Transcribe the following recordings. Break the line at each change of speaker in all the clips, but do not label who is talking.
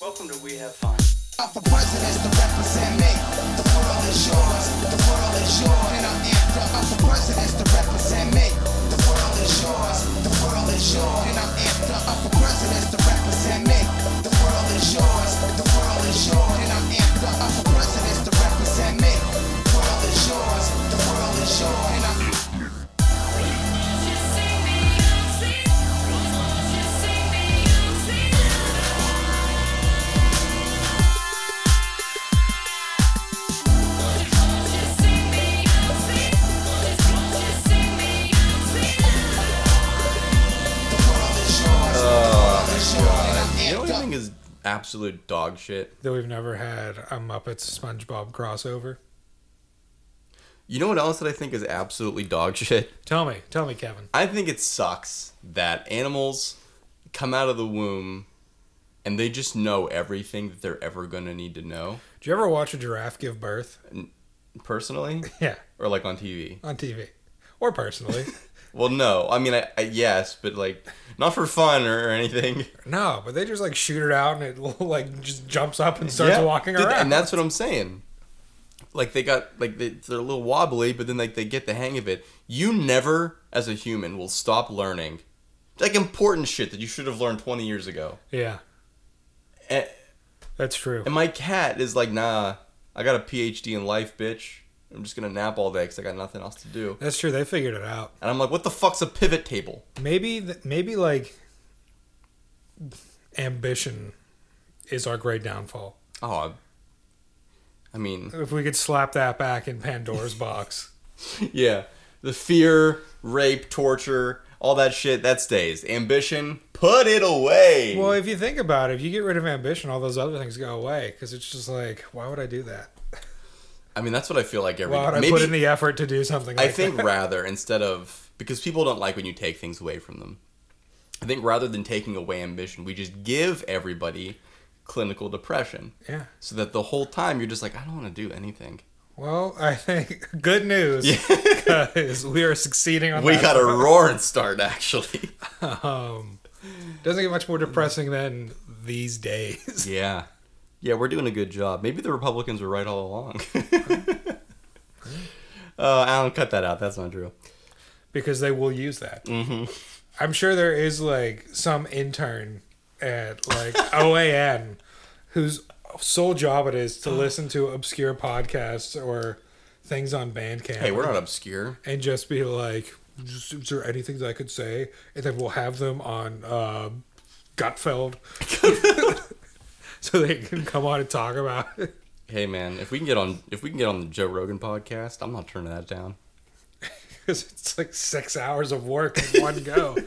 Welcome to We Have Fun.
Up for presidents to represent me. The world is yours. The world is yours. And I'm amped up. Up for presidents to represent me. The world is yours. The world is yours. And I'm amped up. Up for presidents to represent me. The world is yours. The world is yours. And I'm amped up. Up for presidents to represent me. The world is yours. The world is yours. And I'm
You know what I think is absolute dog shit?
That we've never had a Muppets SpongeBob crossover.
You know what else that I think is absolutely dog shit?
Tell me, tell me, Kevin.
I think it sucks that animals come out of the womb and they just know everything that they're ever going to need to know,
Did you ever watch a giraffe give birth?
personally
Yeah,
or like on TV.
on TV or personally.
Well, no. I mean, I, I yes, but like not for fun or, anything.
no, but they just like shoot it out and it like just jumps up and starts
Yeah.
walking
Dude,
around.
And that's what I'm saying. Like they got like they, they're a little wobbly, but then like they get the hang of it. You never, as a human, will stop learning, like important shit that you should have learned 20 years ago.
yeah,
And,
that's true.
and my cat is like, nah, I got a PhD in life, bitch. I'm just gonna nap all day because I got nothing else to do.
That's true. They figured it out.
And I'm like, what the fuck's a pivot table?
Maybe, th- maybe like ambition is our great downfall.
Oh, I- I mean,
If we could slap that back in Pandora's box,
yeah, the fear, rape, torture, all that shit that stays. Ambition, put it away.
Well, if you think about it, if you get rid of ambition, all those other things go away because it's just like, why would I do that?
I mean, that's what I feel like every
Why would I
maybe
put in the effort to do something?
I
Like
think
that?
rather instead of because people don't like when you take things away from them. I think rather than taking away ambition, we just give everybody clinical depression.
yeah.
So that the whole time you're just like, I don't want to do anything.
Well, I think good news because we are succeeding on.
We
that.
got a roaring start, actually.
Um, doesn't get much more depressing than these days.
Yeah. Yeah, we're doing a good job. Maybe the Republicans were right all along. uh, Alan, cut that out. That's not true.
because they will use that. Mm-hmm. I'm sure there is like some intern at like OAN whose sole job it is to listen to obscure podcasts or things on Bandcamp.
Hey, we're not obscure.
and just be like, just, is there anything that I could say? And then we'll have them on uh, Gutfeld. so they can come on and talk about it.
Hey, man, if we can get on, if we can get on the Joe Rogan podcast, I'm not turning that down.
Because it's like six hours of work in one go.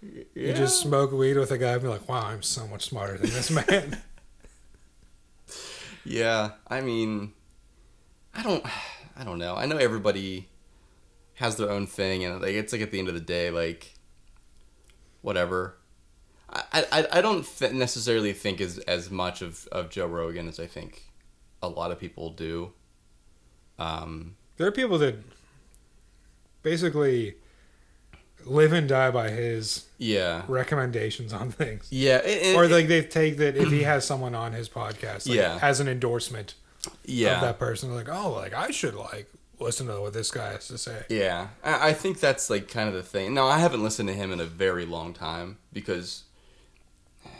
You just smoke weed with a guy and be like, wow, I'm so much smarter than this man.
Yeah, I mean, I don't, I don't know. I know everybody has their own thing, and like it's like at the end of the day, like whatever. I I, I don't th- necessarily think as as much of of Joe Rogan as I think a lot of people do. Um,
there are people that basically live and die by his
yeah,
recommendations on things.
yeah, it- it-
Or
it-
like they take that if he has someone on his podcast like,
Yeah.
as an endorsement of
yeah,
that person, like, oh, like I should like listen to what this guy has to say.
Yeah, I, I think that's like kind of the thing. No, I haven't listened to him in a very long time because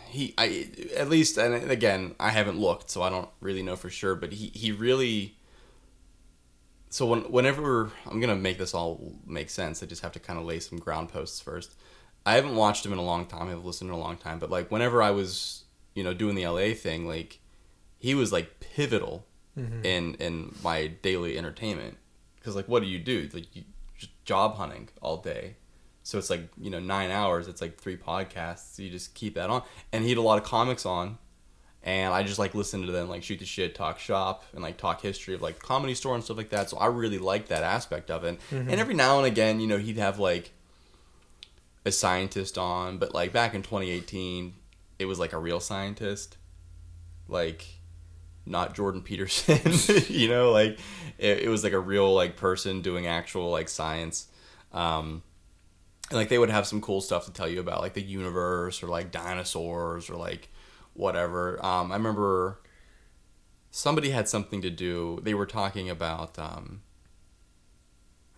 he, I at least, and again, I haven't looked, so I don't really know for sure. But he, he really. So when, whenever I'm gonna make this all make sense, I just have to kind of lay some ground posts first. I haven't watched him in a long time. I've listened in a long time, but like whenever I was, you know, doing the LA thing, like he was like pivotal in in my daily entertainment because like what do you do like you, just job hunting all day so it's like you know nine hours it's like three podcasts you just keep that on and he had a lot of comics on and i just like listened to them like shoot the shit talk shop and like talk history of like the comedy store and stuff like that so i really liked that aspect of it and every now and again you know he'd have like a scientist on but like back in 2018 it was like a real scientist like not Jordan Peterson, you know, like it, it was like a real like person doing actual like science. Um, and like they would have some cool stuff to tell you about like the universe or like dinosaurs or like whatever um, i remember somebody had something to do they were talking about um,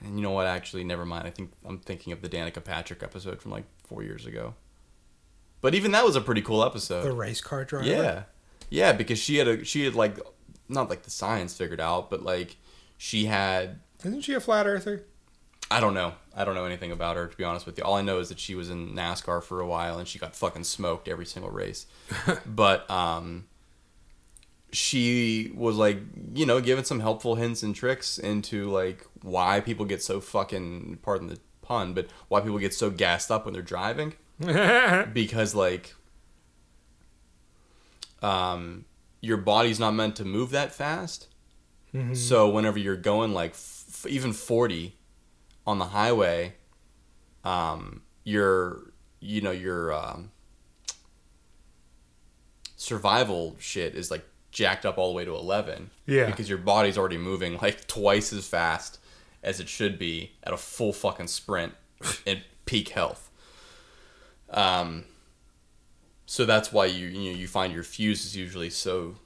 and you know what actually never mind i think i'm thinking of the danica patrick episode from like four years ago but even that was a pretty cool episode
The race car driver.
yeah, yeah, because she had a she had like not like the science figured out, but like she had
Isn't she a flat earther?
I don't know I don't know anything about her to be honest with you. All I know is that she was in NASCAR for a while and she got fucking smoked every single race, but um, she was like you know giving some helpful hints and tricks into like why people get so fucking pardon the pun, but why people get so gassed up when they're driving because like um your body's not meant to move that fast so whenever you're going like f- even 40 on the highway um your you know your um survival shit is like jacked up all the way to 11
Yeah.
because your body's already moving like twice as fast as it should be at a full fucking sprint at peak health um, so that's why you you know you find your fuse is usually so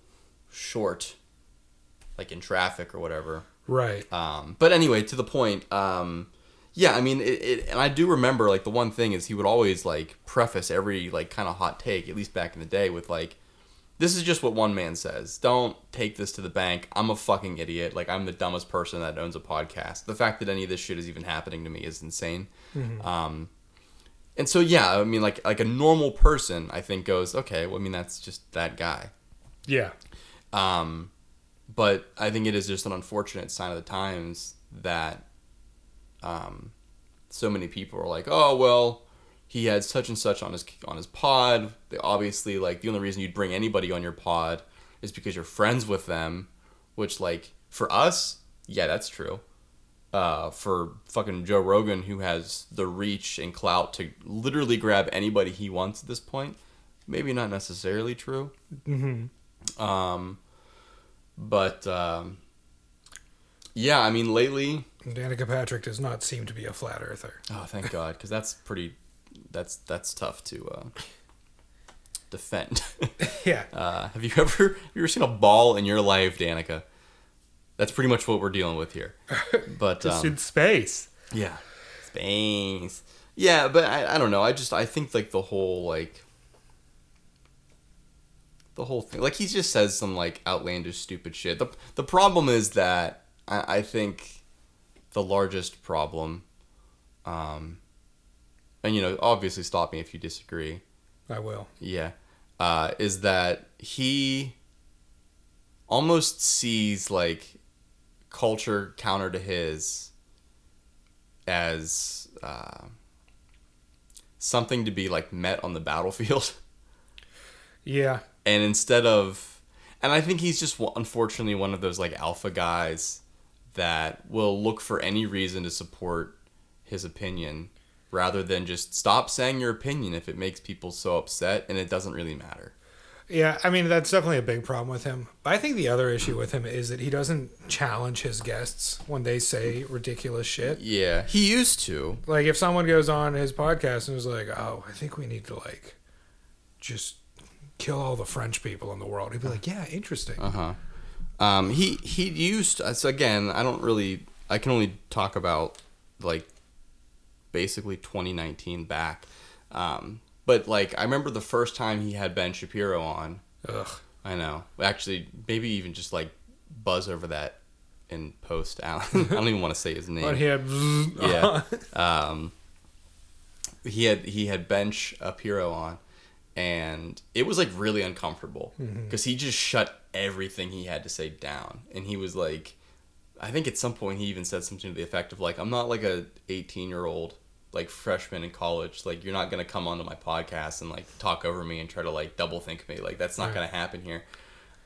short, like in traffic or whatever.
right.
Um, but anyway, to the point. Um, yeah, I mean, it, it, and I do remember like the one thing is he would always like preface every like kind of hot take, at least back in the day, with like, "This is just what one man says. Don't take this to the bank. I'm a fucking idiot. Like I'm the dumbest person that owns a podcast. The fact that any of this shit is even happening to me is insane." Um, and so yeah, I mean, like like a normal person, I think goes, "Okay, well, I mean, that's just that guy."
Yeah.
Um, but I think it is just an unfortunate sign of the times that um, so many people are like, oh well, he had such and such on his on his pod. They obviously like the only reason you'd bring anybody on your pod is because you're friends with them, which like for us, yeah, that's true. Uh, for fucking Joe Rogan, who has the reach and clout to literally grab anybody he wants at this point, maybe not necessarily true. Um, but um, yeah, I mean, lately,
Danica Patrick does not seem to be a flat earther.
oh, thank God, because that's pretty, that's that's tough to uh, defend.
Yeah.
uh, have you ever have you ever seen a ball in your life, Danica? That's pretty much what we're dealing with here. But um,
space.
Yeah. Space. Yeah, but I, I don't know. I just I think like the whole like the whole thing like he just says some like outlandish stupid shit. The the problem is that I, I think the largest problem um and you know, obviously stop me if you disagree.
I will.
Yeah. Uh, is that he almost sees like culture counter to his as uh, something to be like met on the battlefield.
Yeah.
and instead of and i think he's just one- unfortunately one of those like alpha guys that will look for any reason to support his opinion rather than just stop saying your opinion if it makes people so upset and it doesn't really matter
Yeah, I mean that's definitely a big problem with him. But I think the other issue with him is that he doesn't challenge his guests when they say ridiculous shit.
yeah he used to
Like if someone goes on his podcast and is like, "Oh, I think we need to like just kill all the French people in the world," he'd be like, "Yeah, interesting."
Uh, um he he used so again i don't really i can only talk about like basically 2019 back um but like i remember the first time he had ben shapiro on
Ugh.
I know. Actually, maybe even just like buzz over that and post Alan. I don't even want to say his name.
But he had
yeah. Um, he had he had bench up hero on, and it was like really uncomfortable
Mm-hmm.
because he just shut everything he had to say down, and he was like, I think at some point he even said something to the effect of like, I'm not like a 18 year old like freshman in college. Like you're not gonna come onto my podcast and like talk over me and try to like double think me. Like that's not gonna happen here.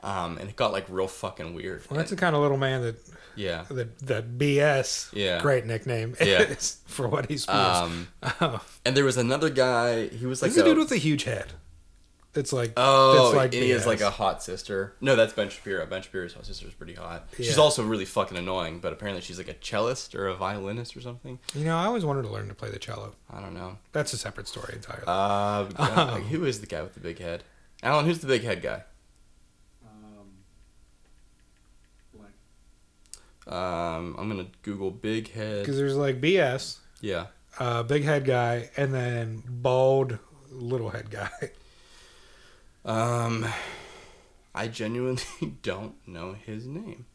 Um, and it got like real fucking weird.
well, that's the kind of little man that
yeah.
that that BS.
Yeah.
Great nickname.
Yeah.
is for what he's.
Um,
oh.
and there was another guy. He was like
He's a
a-
dude with a huge head. It's like
Oh,
that's like
and he has
BS.
like a hot sister. No, that's Ben Shapiro. Ben Shapiro's hot sister is pretty hot. She's
Yeah.
also really fucking annoying, but apparently she's like a cellist or a violinist or something.
You know, I always wanted to learn to play the cello.
I don't know.
That's a separate story entirely.
Uh, God, like, who is the guy with the big head? Alan, who's the big head guy? Um, I'm gonna Google big
Because
head.
there's like BS,
Yeah,
uh, big head guy, and then bald little head guy.
Um, I genuinely don't know his name.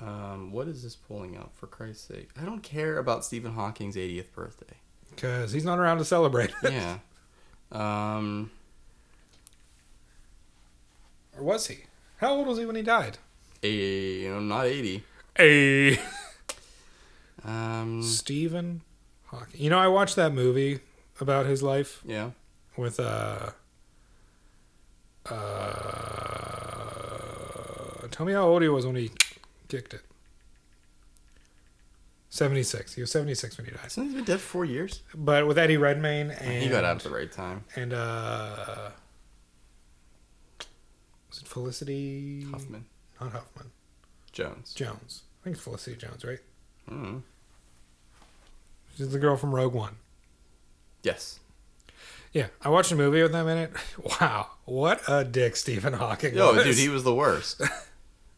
Um, what is this pulling up? For Christ's sake, I don't care about Stephen Hawking's 80th birthday.
Because he's not around to celebrate.
Yeah. um,
or was he? How old was he when he died?
a you know, Eh, not 80.
A
Um,
Stephen Hawking. You know, I watched that movie about his life
yeah.
with uh, uh, tell me how old he was when he kicked it. Seventy six. He was seventy six when he died.
Hasn't he been dead for four years?
But with Eddie Redmayne and
he got out at the right time.
and uh was it Felicity
Huffman.
not Huffman
Jones.
Jones I think it's Felicity Jones right
Hmm.
she's the girl from Rogue One
Yes.
yeah I watched a movie with them in it wow what a dick Stephen Hawking
Yo,
was.
dude, he was the worst.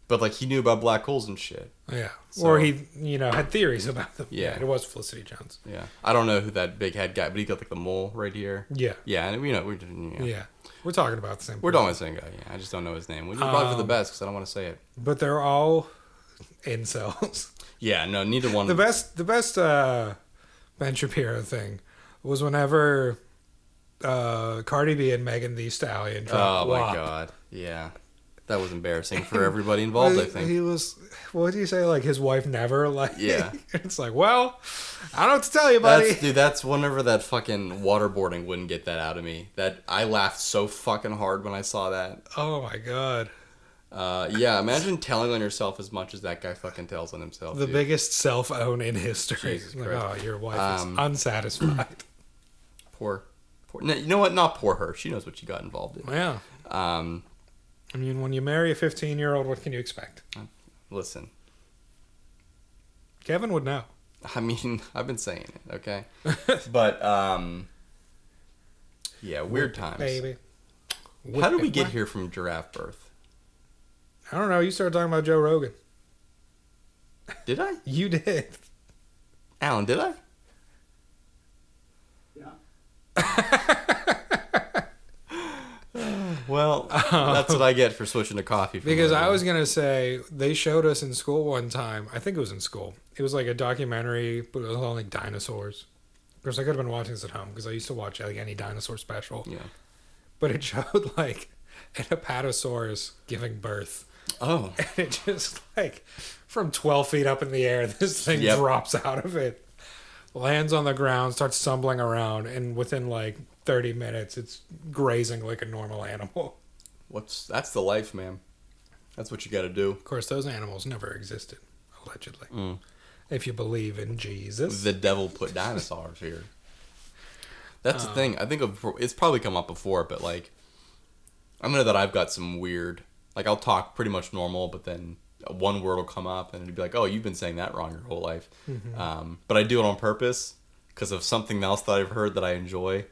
but, like, he knew about black holes and shit.
yeah
So-
or he you know had theories about them
Yeah.
it was Felicity Jones
Yeah. I don't know who that big head guy, but he got, like, the mole right here.
yeah
Yeah, and we know we're
yeah,
yeah.
we're talking about the same
we're
person.
done with saying guy. Yeah, I just don't know his name, which is probably for the
Um,
best because I don't want to say it.
but they're all incels
Yeah, no, neither one.
the best the best uh Ben Shapiro thing was whenever uh Cardi B and Megan the Stallion
oh
dropped
my
WAP.
god, yeah, that was embarrassing for everybody involved. I think.
He was what did you say, like his wife never like
Yeah.
it's like, well, I don't know what to tell you, buddy.
That's, dude, that's whenever that fucking waterboarding wouldn't get that out of me. That I laughed so fucking hard when I saw that.
oh my god.
Uh, yeah, imagine telling on yourself as much as that guy fucking tells on himself.
The
Oh, dude.
biggest self own in history.
Jesus
Like, oh,
Christ.
your wife
Um,
is unsatisfied.
poor, poor. No, you know what? Not poor her. She knows what she got involved in.
yeah.
Um,
I mean, when you marry a 15 year old, what can you expect?
listen,
Kevin would know.
I mean, I've been saying it, okay? but um yeah, weird times.
Baby.
How did we get here from giraffe birth?
I don't know. You started talking about Joe Rogan.
Did I?
You did.
Alan, did I? well, that's what I get for switching to coffee. From
Because I
Rogan.
was gonna say they showed us in school one time. I think it was in school. It was like a documentary, but it was all like dinosaurs. Of course, I could have been watching this at home because I used to watch like any dinosaur special.
Yeah.
But it showed like an apatosaurus giving birth,
Oh,
and it just like from twelve feet up in the air, this thing
Yep.
drops out of it, lands on the ground, starts stumbling around, and within like thirty minutes, it's grazing like a normal animal.
what's that's the life, man. That's what you got to do.
Of course, those animals never existed, allegedly.
Mm.
If you believe in Jesus.
the devil put dinosaurs here. That's
Oh.
the thing. I think of, it's probably come up before, but like, I know that I've got some weird. Like, I'll talk pretty much normal, but then one word will come up, and it'd be like, "Oh, you've been saying that wrong your whole life."
Mm-hmm.
Um, but I do it on purpose because of something else that I've heard that I enjoy,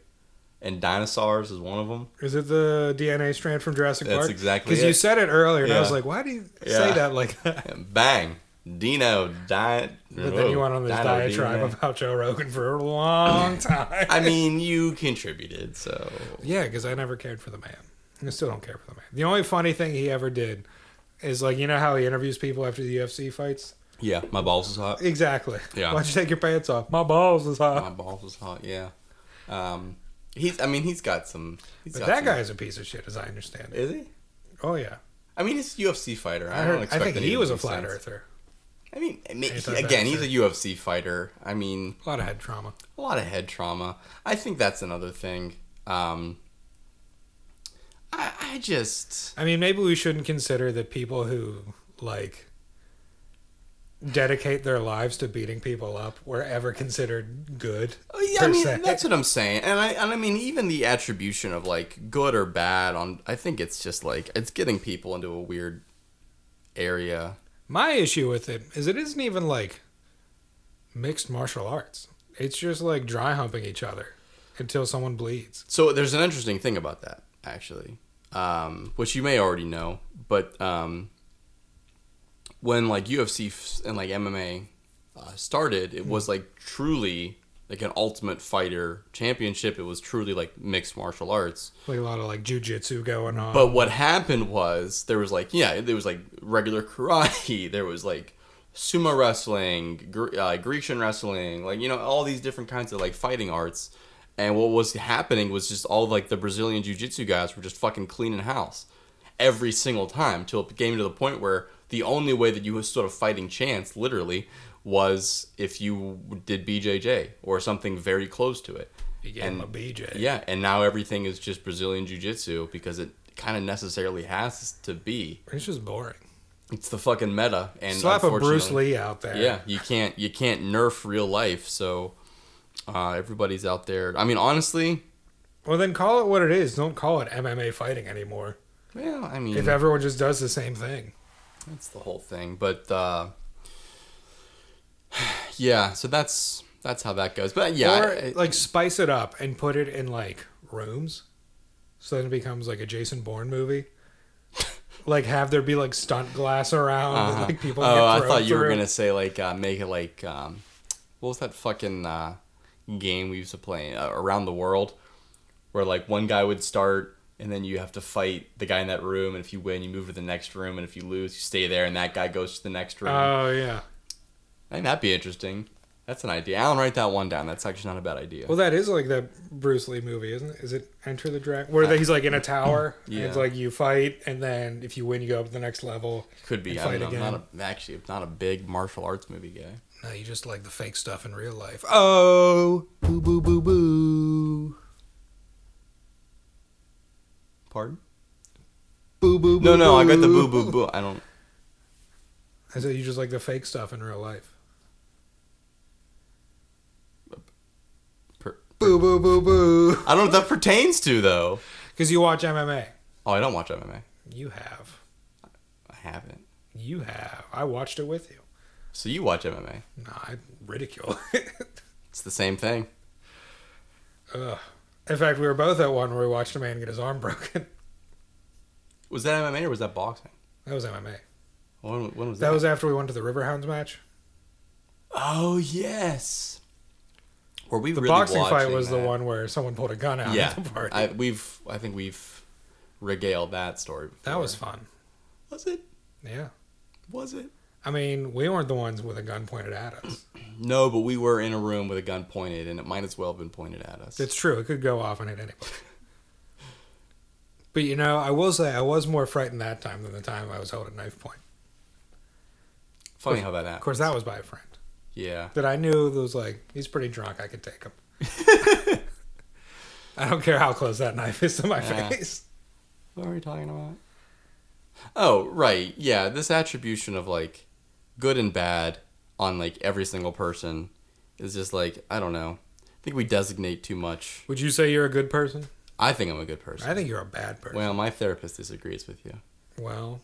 and dinosaurs is one of them.
Is it the DNA strand from Jurassic
That's
Park?
exactly
Because you
it.
said it earlier, and I was
Yeah.
like, why do you
Yeah.
say that like that?
And bang, Dino diet.
But then you went on this diatribe about Joe Rogan for a long time.
I mean, you contributed, so
yeah, because I never cared for the man. I still don't care for the man. The only funny thing he ever did is like, you know how he interviews people after the UFC fights?
yeah, my balls is hot.
Exactly.
Yeah.
Why'd you take your pants off? My balls is hot.
My balls was hot. Yeah. Um, he's. I mean, he's got some. he's
but
got
that
some-
guy's a piece of shit, as I understand it.
Is he?
Oh, yeah.
I mean, he's a UFC fighter. I,
I,
don't
heard, I
expect
think
any
he
of
was a
these
flat
things.
earther.
I mean, I mean,
He's
he-
a flat
again, he's
earther.
a UFC fighter. I mean,
A lot of head trauma.
a lot of head trauma. I think that's another thing. Um, I, I just
I mean, maybe we shouldn't consider that people who like dedicate their lives to beating people up were ever considered good.
Well, Oh, Yeah, I
per
mean
se.
that's what I'm saying, and I and I mean even the attribution of like good or bad on I think it's just like it's getting people into a weird area.
My issue with it is it isn't even like mixed martial arts. It's just like dry humping each other until someone bleeds.
So there's an interesting thing about that actually, um, which you may already know, but um, when like UFC f- and like MMA uh, started, it was like truly like an Ultimate Fighter championship. It was truly like mixed martial arts.
Like a lot of like jujitsu going on.
But what happened was there was like yeah there was like regular karate there was like sumo wrestling Gr- uh, Grecian wrestling like you know all these different kinds of like fighting arts and what was happening was just all like the Brazilian jiu jitsu guys were just fucking cleaning house every single time till it came to the point where the only way that you was sort of fighting chance literally was if you did BJJ or something very close to it
you get him a BJ.
yeah, and now everything is just Brazilian jiu-jitsu because it kind of necessarily has to be.
It's just boring.
It's the fucking meta and
Slap a Bruce
unfortunately-
Lee out there.
Yeah, you can't you can't nerf real life, so uh, everybody's out there. I mean, honestly,
Well, then call it what it is. Don't call it MMA fighting anymore.
well, I mean
If everyone just does the same thing,
that's the whole thing, but uh, yeah, so that's that's how that goes. But yeah,
or
I- I-
like spice it up and put it in like rooms, so then it becomes like a Jason Bourne movie. like have there be like stunt glass around, and, like people.
oh,
get
I
thrown
thought you were
through.
gonna say like uh, make it like um, what was that fucking uh, game we used to play uh, around the world, where like one guy would start and then you have to fight the guy in that room, and if you win, you move to the next room, and if you lose, you stay there, and that guy goes to the next room.
Oh yeah.
I think that'd be interesting. That's an idea. Alan, write that one down. That's actually not a bad idea.
Well, that is like that Bruce Lee movie, isn't it? Is it Enter the Dragon, where he's like in a tower? And it's
Yeah.
like you fight, and then if you win, you go up to the next level.
Could be.
and
I don't
fight
know. I'm
again.
Not a, actually, I'm not a big martial arts movie guy.
No, you just like the fake stuff in real life.
Oh, boo, boo, boo, boo. Pardon?
Boo boo.
No, no, I got the boo boo boo. I don't.
I said you just like the fake stuff in real life.
Per,
Boo boo boo boo.
I don't know what that pertains to though.
Because you watch MMA.
Oh, I don't watch MMA.
You have.
I haven't.
You have. I watched it with you.
So you watch MMA?
Nah, I ridicule it.
It's the same thing.
Ugh. In fact, we were both at one where we watched a man get his arm broken.
Was that MMA or was that boxing?
That was MMA.
When, when was that?
That was after we went to the Riverhounds match.
Oh yes. Where we
The
really
boxing fight
watching
was
that.
the one where someone pulled a gun out
Yeah,
at the party.
I, we've. I think we've regaled that story. Before.
that was fun.
Was it?
Yeah.
Was it?
I mean, we weren't the ones with a gun pointed at us.
No, but we were in a room with a gun pointed, and it might as well have been pointed at us.
It's true. It could go off and hit anybody. But you know, I will say I was more frightened that time than the time I was held at knife point.
funny how that happened.
Of course, that was by a friend
Yeah.
that I knew that was like, he's pretty drunk. I could take him. I don't care how close that knife is to my
Yeah.
face.
What are we talking about? Oh, right. Yeah, this attribution of like good and bad on like every single person is just like, I don't know. I think we designate too much.
Would you say you're a good person?
I think I'm a good person.
I think you're a bad person.
well, my therapist disagrees with you.
Well,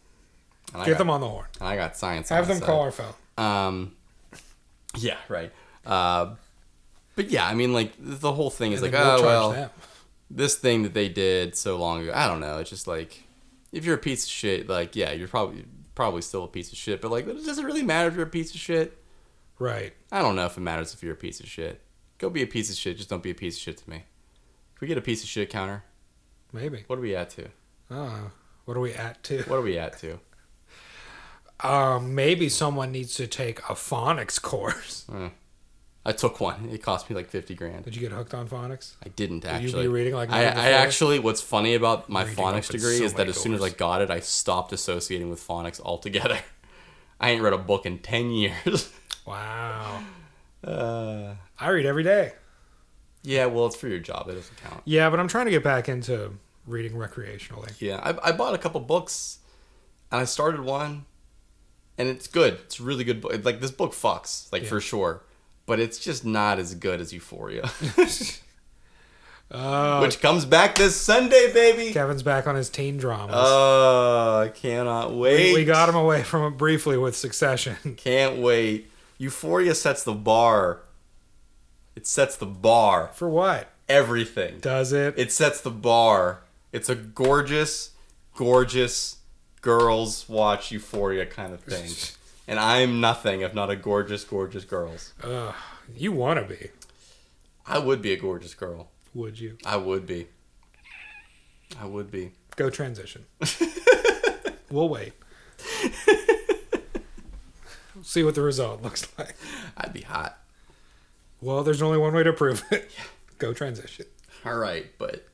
And I
get
got,
them on the horn.
And I got science. on
Have
my
them
side.
call our phone.
Um, yeah, right. Uh, but yeah, I mean, like the whole thing is
and
like,
then we'll
oh
charge
well,
them.
this thing that they did so long ago. I don't know. It's just like if you're a piece of shit, like yeah, you're probably probably still a piece of shit. But like, does it doesn't really matter if you're a piece of shit?
Right.
I don't know if it matters if you're a piece of shit. Go be a piece of shit. Just don't be a piece of shit to me. Can we get a piece of shit counter?
Maybe.
What are we at to?
Oh, what are we at to?
What are we at to?
Um, maybe someone needs to take a phonics course.
I took one. It cost me like fifty grand.
Did you get hooked on phonics?
I didn't
you be
actually.
reading like
I,
never
I
before?
actually. What's funny about my
Reading
phonics
opens
degree
so
is that
many
as soon as I
doors.
got it, I stopped associating with phonics altogether. I ain't read a book in ten years.
Wow.
Uh,
I read every day.
Yeah, well, it's for your job. That doesn't count.
Yeah, but I'm trying to get back into reading recreationally.
Yeah, I, I bought a couple books, and I started one, and it's good. It's a really good book. Like this book fucks, like for sure, but it's just not as good as Euphoria,
Oh,
which comes back this Sunday, baby.
Kevin's back on his teen dramas.
Oh, I cannot wait.
We- we got him away from it briefly with Succession.
Can't wait. Euphoria sets the bar. It sets the bar.
For what?
Everything.
Does it?
It sets the bar. It's a gorgeous, gorgeous girls watch Euphoria kind of thing. And I'm nothing if not a gorgeous, gorgeous girls.
Ugh, you want to be,
I would be a gorgeous girl.
would you?
I would be. I would be.
Go transition. we'll wait. See what the result looks like.
I'd be hot.
Well, there's only one way to prove it. Go transition.
All right, but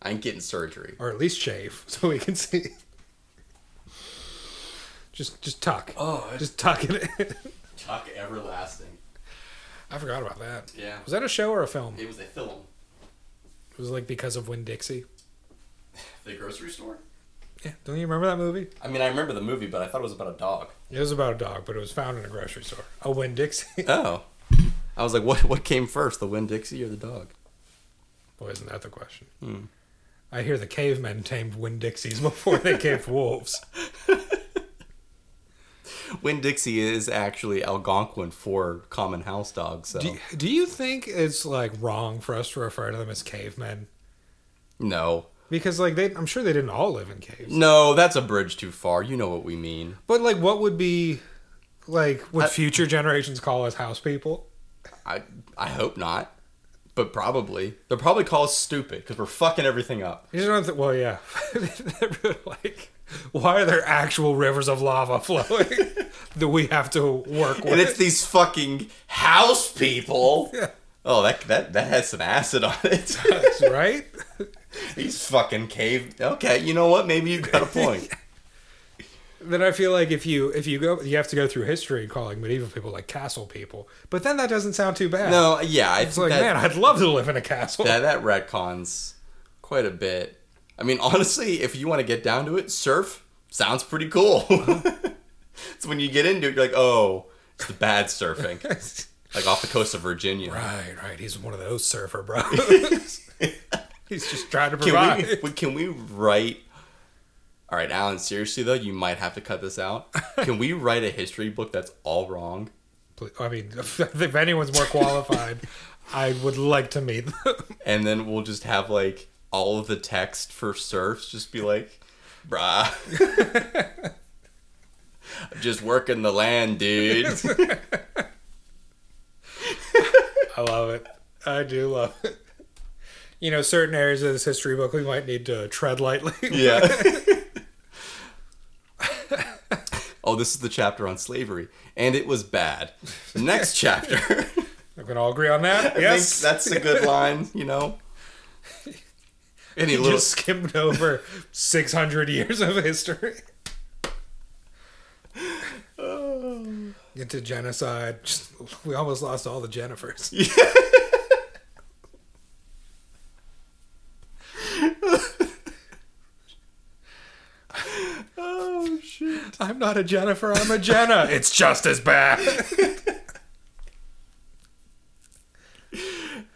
I ain't getting surgery.
Or at least shave so we can see. Just just tuck.
Oh, it's
Just tuck it in.
talk everlasting.
I forgot about that.
Yeah.
Was that a show or a film?
It was a film.
It was like because of Win Dixie.
The grocery store?
Yeah. Don't you remember that movie?
I mean, I remember the movie, but I thought it was about a dog.
It was about a dog, but it was found in a grocery store. A Win Dixie.
Oh. I was like, what What came first, the Win Dixie or the dog?
Boy, isn't that the question? I hear the cavemen tamed Win Dixies before they caved wolves.
Win Dixie is actually Algonquin for common house dog, so.
Do, you- do you think it's like wrong for us to refer to them as cavemen?
no.
Because like they, I'm sure they didn't all live in caves.
No, that's a bridge too far. You know what we mean.
But like, what would be like
I-
what future generations call us house people?
I I hope not. But probably. They'll probably call us stupid because we're fucking everything up.
You just don't think, well, yeah. like, why are there actual rivers of lava flowing that we have to work with?
And it's these fucking house people.
Yeah.
Oh, that, that that has some acid on it.
right?
These fucking cave. Okay, you know what? Maybe you got a point.
Then I feel like if you if you go you have to go through history calling medieval people like castle people, but then that doesn't sound too bad.
No, yeah,
it's like man, I'd love to live in a castle.
that, that retcons quite a bit. I mean, honestly, if you want to get down to it, surf sounds pretty cool. it's when you get into it, you're like, oh, it's the bad surfing, like off the coast of Virginia.
right, right. He's one of those surfer bros. He's just trying to
Can
provide.
we, we- can we write? All right, Alan. Seriously though, you might have to cut this out. Can we write a history book that's all wrong?
Pl- I mean, if anyone's more qualified, I would like to meet them.
and then we'll just have like all of the text for serfs just be like, bruh. I'm just working the land, dude.
I love it. I do love it. You know, certain areas of this history book we might need to tread lightly.
yeah. oh, this is the chapter on slavery, and it was bad. The next chapter.
We can all agree on that.
I
Yes,
think that's a good line, you know. Any
You
little
just skimmed over 600 years of history. Into genocide. Just, we almost lost all the Jennifers.
oh shit.
I'm not a Jennifer, I'm a Jenna. it's just as bad.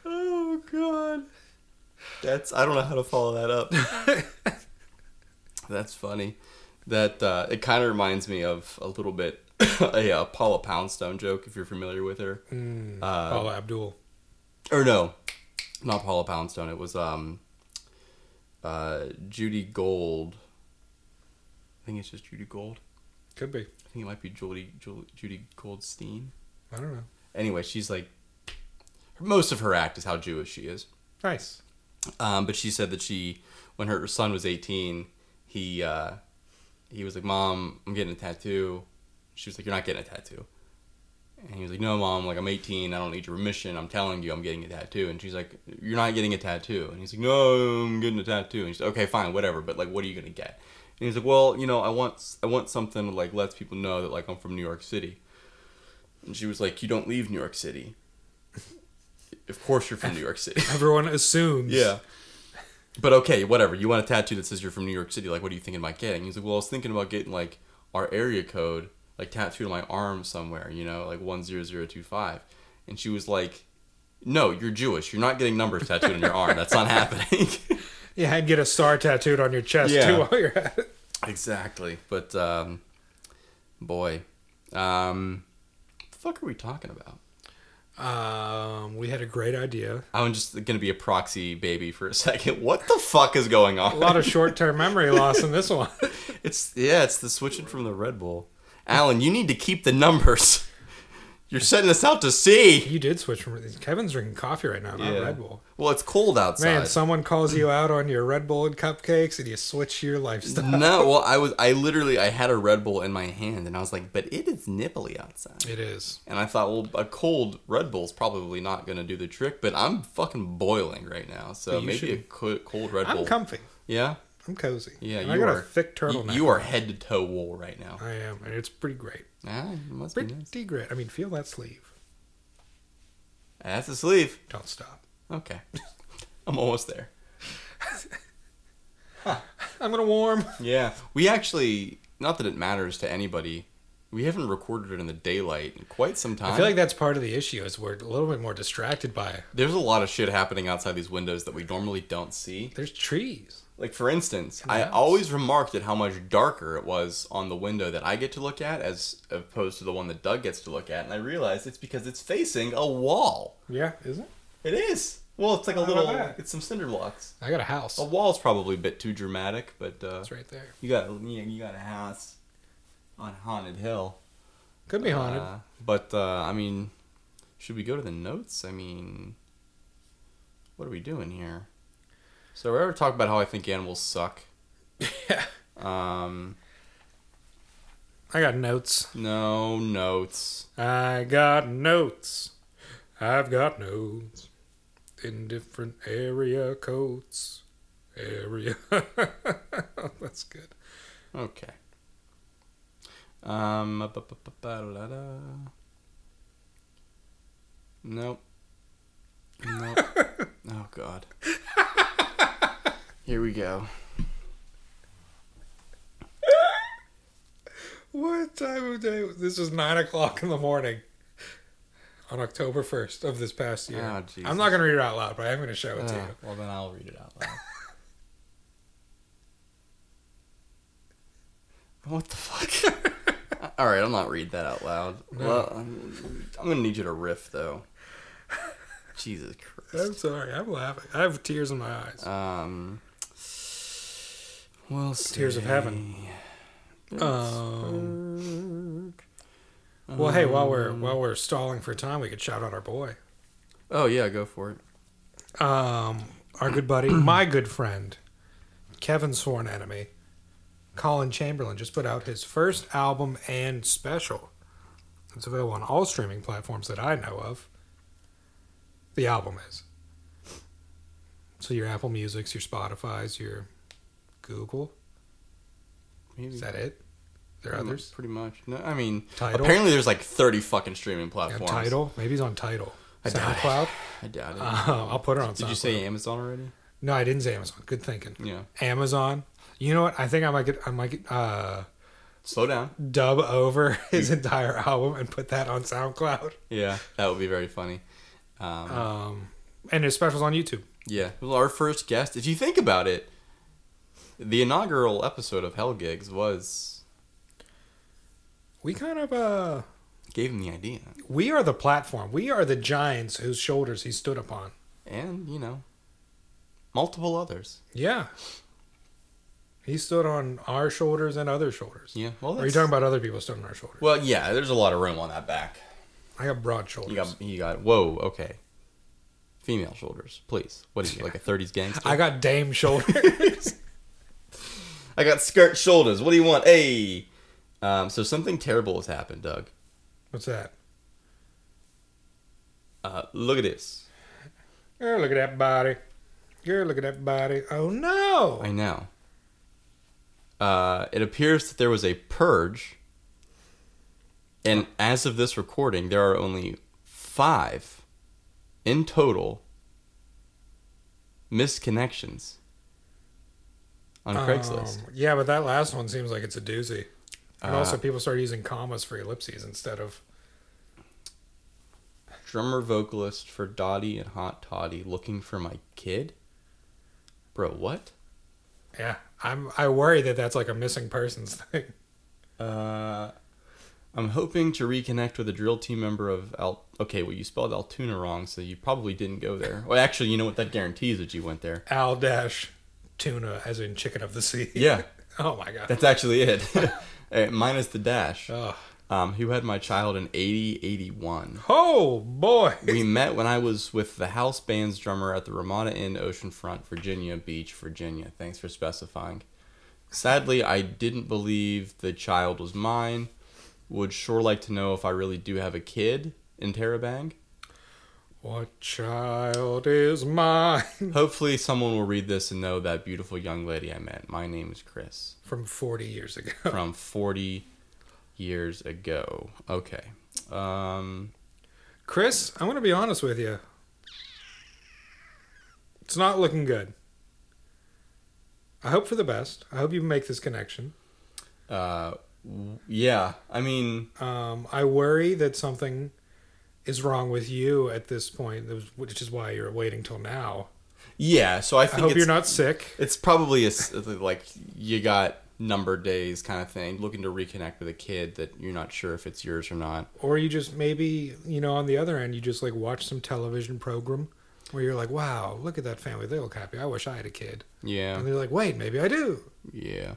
Oh god. That's I don't know how to follow that up. That's funny. That uh, it kind of reminds me of a little bit a uh, Paula Poundstone joke if you're familiar with her.
oh, Abdul.
Or no, not Paula Poundstone. It was um uh Judy Gold. I think it's just Judy Gold.
Could be.
I think it might be Judy Judy, Judy Goldstein.
I don't know.
Anyway, she's like most of her act is how Jewish she is.
Nice.
Um, but she said that she, when her son was 18, he uh, he was like, "Mom, I'm getting a tattoo." She was like, "You're not getting a tattoo." And he was like, "No, mom. Like I'm 18. I don't need your permission. I'm telling you, I'm getting a tattoo." And she's like, "You're not getting a tattoo." And he's like, "No, I'm getting a tattoo." And she's like, "Okay, fine, whatever. But like, what are you gonna get?" And he's like, "Well, you know, I want I want something that like lets people know that like I'm from New York City." And she was like, "You don't leave New York City." Of course, you're from New York City.
Everyone assumes.
Yeah. But okay, whatever. You want a tattoo that says you're from New York City. Like, what are you thinking about getting? He's like, well, I was thinking about getting, like, our area code like tattooed on my arm somewhere, you know, like 10025. And she was like, No, you're Jewish. You're not getting numbers tattooed on your arm. That's not happening.
Yeah, and get a star tattooed on your chest
Yeah.
too while you're at it.
exactly. But, um, boy. Um, what the fuck are we talking about?
Um, we had a great idea.
I'm just going to be a proxy baby for a second. What the fuck is going on?
A lot of short-term memory loss in this one.
It's yeah, it's the switching from the Red Bull. Alan, you need to keep the numbers. You're setting us out to sea.
You did switch from Kevin's drinking coffee right now, not
Yeah.
Red Bull.
Well, it's cold
Man,
outside.
someone calls you out on your Red Bull and cupcakes, and you switch your lifestyle.
no, well, I was I literally I had a Red Bull in my hand and I was like, but it is nipply outside.
It is.
And I thought, well, a cold Red Bull's probably not going to do the trick, but I'm fucking boiling right now. So
you
maybe a
should-
co- cold Red Bull.
I'm comfy.
yeah.
I'm cozy.
Yeah,
and
you
I got
are
a thick
y-
turtleneck.
You are head to toe wool right now.
I am, and it's pretty great.
Ah, it must be
Pretty
nice.
great. I mean, feel that sleeve.
That's a sleeve.
Don't stop.
Okay. I'm almost there.
I'm gonna warm.
Yeah, we actually not that it matters to anybody. We haven't recorded it in the daylight in quite some time.
I feel like that's part of the issue is we're a little bit more distracted by it.
There's a lot of shit happening outside these windows that we normally don't see.
There's trees.
Like for instance,
the
I
house.
always remarked at how much darker it was on the window that I get to look at as opposed to the one that Doug gets to look at, and I realized it's because it's facing a wall.
Yeah, is it?
It is. Well, it's like a
How about
little.
that?
It's some cinder blocks.
I got a house.
A wall's probably a bit too dramatic, but uh,
It's right there.
you got you you got a house on haunted hill.
Could be haunted.
Uh, but uh, I mean, should we go to the notes? I mean, what are we doing here? So we ever talk about how I think animals suck?
yeah.
Um,
I got notes.
no notes.
I got notes. I've got notes in different area codes. Area. That's good.
Okay. Um. ba- ba- ba- ba- la- la. Nope. Nope. oh God. Here we go.
What time of day? This was nine o'clock in the morning on October 1st of this past year.
Oh,
I'm
Jesus.
not going to read it out loud, but I am going to show it to you.
Ah, well, then I'll read it out loud. what the fuck? All right, I'll not read that out loud. Well, I'm, I'm gonna need you to riff though. Jesus
I'm
Christ.
sorry. I'm laughing. I have tears in my eyes.
Um. Well,
Tears of heaven.
say
Um, well, hey, while we're
Um.
while we're stalling for time, we could shout out our boy,
Oh yeah, go for it.
um, our good buddy, my good friend, Kevin's sworn enemy, Colin Chamberlain, just put out his first album and special. It's available on all streaming platforms that I know of. The album is. So your Apple Music's, your Spotify's, your Google.
Maybe.
Is that it? There are
Pretty mu-
others.
Pretty much. No, I mean,
Tidal?
Mm. apparently there's like 30 fucking streaming
Yeah,
platforms.
title. Maybe he's on title.
I doubt it.
SoundCloud.
I doubt it.
Uh, I'll put her on.
Did you
SoundCloud.
say Amazon already?
No, I didn't say Amazon. Good thinking.
Yeah.
Amazon. You know what? I think I might get I might get, uh,
Slow down.
dub over his entire album and put that on SoundCloud.
Yeah, that would be very funny. Um,
Um, and his specials on YouTube.
yeah, well, our first guest. If you think about it, the inaugural episode of Hell Gigs was
We kind of uh,
gave him the idea,
we are the platform. We are the giants whose shoulders he stood upon.
and you know, multiple others.
Yeah. He stood on our shoulders and other shoulders.
Yeah, well,
Are you
that's-
talking about other people stood on our shoulders?
Well, yeah, there's a lot of room on that back.
I got broad shoulders.
You got, you got. Whoa, okay. Female shoulders, please. What is it, like a '30s gangster?
I got dame shoulders.
I got skirt shoulders. What do you want? Hey. Um, so something terrible has happened, Doug.
What's that?
Uh, look at this.
Girl, look at that body. Girl, look at that body. Oh no!
I know. Uh, it appears that there was a purge, and as of this recording, there are only five in total misconnections on Craigslist.
Um, yeah, but that last one seems like it's a doozy. And also,
Uh,
people started using commas for ellipses instead of.
Drummer vocalist for Dottie and Hot Toddy looking for my kid? Bro, what?
Yeah, I'm. I worry that that's like a missing persons thing.
Uh, I'm hoping to reconnect with a drill team member of Al. Okay, well, you spelled Altoona wrong, so you probably didn't go there. Well, actually, you know what? That guarantees that you went there.
Al dash tuna, as in chicken of the sea.
Yeah,
Oh my god.
that's actually it. Eh, Minus the dash.
Ugh.
Um, who had my child in 80, 81.
Oh boy.
We met when I was with the house band's drummer at the Ramada Inn, Oceanfront, Virginia Beach, Virginia. Thanks for specifying. Sadly, I didn't believe the child was mine. Would sure like to know if I really do have a kid in Terabang.
What child is mine?
Hopefully, someone will read this and know that beautiful young lady I met. My name is Chris
From 40 years ago.
from 40 years ago. Okay. Um,
Chris, I'm going to be honest with you. It's not looking good. I hope for the best. I hope you make this connection.
uh, w- yeah, I mean,
Um, I worry that something is wrong with you at this point, that was- which is why you're waiting till now.
yeah, so I
I,
think
hope
it's,
you're not sick.
it's probably a s like you got number days kind of thing, looking to reconnect with a kid that you're not sure if it's yours or not.
or you just maybe you know on the other end you just like watch some television program where you're like wow look at that family they look happy i wish i had a kid
Yeah,
and they're like wait maybe i do
yeah.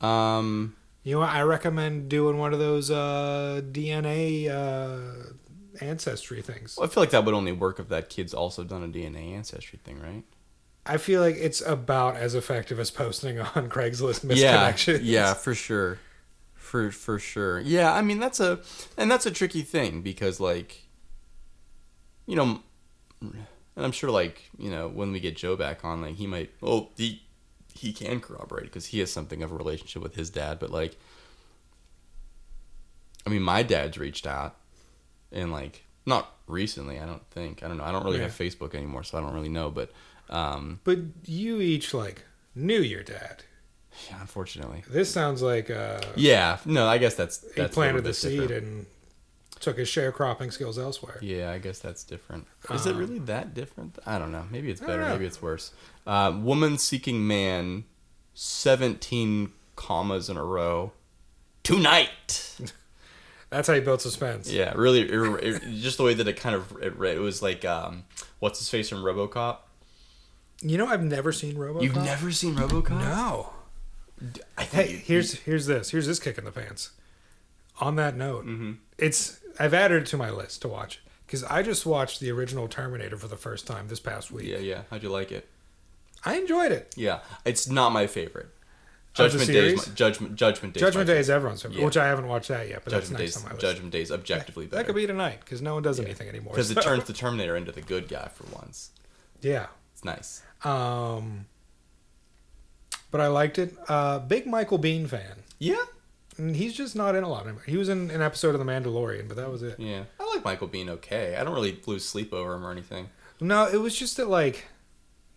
Um,
you know what i recommend doing one of those uh dna uh ancestry things
well, I feel like that would only work if that kid's also done a DNA ancestry thing, right?
i feel like it's about as effective as posting on craigslist
yeah,
misconnections
Yeah, for sure. For for sure. Yeah, I mean that's a and that's a tricky thing because like you know and I'm sure like, you know, when we get Joe back on like he might well he he can corroborate because he has something of a relationship with his dad, but like I mean my dad's reached out and like not recently, I don't think. I don't know. I don't really
Yeah.
have Facebook anymore, so I don't really know, but um
but you each like knew your dad
yeah, unfortunately.
this sounds like uh
Yeah, no, I guess that's
he
that's a
planted
little
the
bit
seed
different.
and took his sharecropping skills elsewhere
Yeah, I guess that's different. Is
Um,
it really that different? I don't know. Maybe it's
don't
better.
know.
Maybe it's worse. Uh, woman seeking man, seventeen commas in a row, tonight.
that's how you build suspense
Yeah, really. It, it- just the way that it kind of it, read- it was like, um, what's his face from RoboCop?
You know, I've never seen RoboCop.
You've never seen RoboCop?
No.
I think
Hey, here's here's this. Here's this kick in the pants. On that note,
Mm-hmm.
it's I've added it to my list to watch because I just watched the original Terminator for the first time this past week.
Yeah, yeah. How'd you like it?
I enjoyed it.
Yeah, it's not my favorite.
the
Judgment Day. Is
series?
my, judgment Judgment Day.
Judgment Day
Day.
is everyone's favorite,
Yeah.
which I haven't watched that yet, but
Judgment
that's next
Day's
on my list.
Judgment Day's objectively better.
That could be tonight because no one does anything anymore.
because it
so-
turns the Terminator into the good guy for once.
yeah.
It's nice.
Um, but I liked it. Uh, big Michael Bean fan.
Yeah,
And he's just not in a lot anymore. He was in an episode of The Mandalorian, but that was it.
yeah. I like Michael Bean okay. I don't really lose sleep over him or anything.
No, it was just that like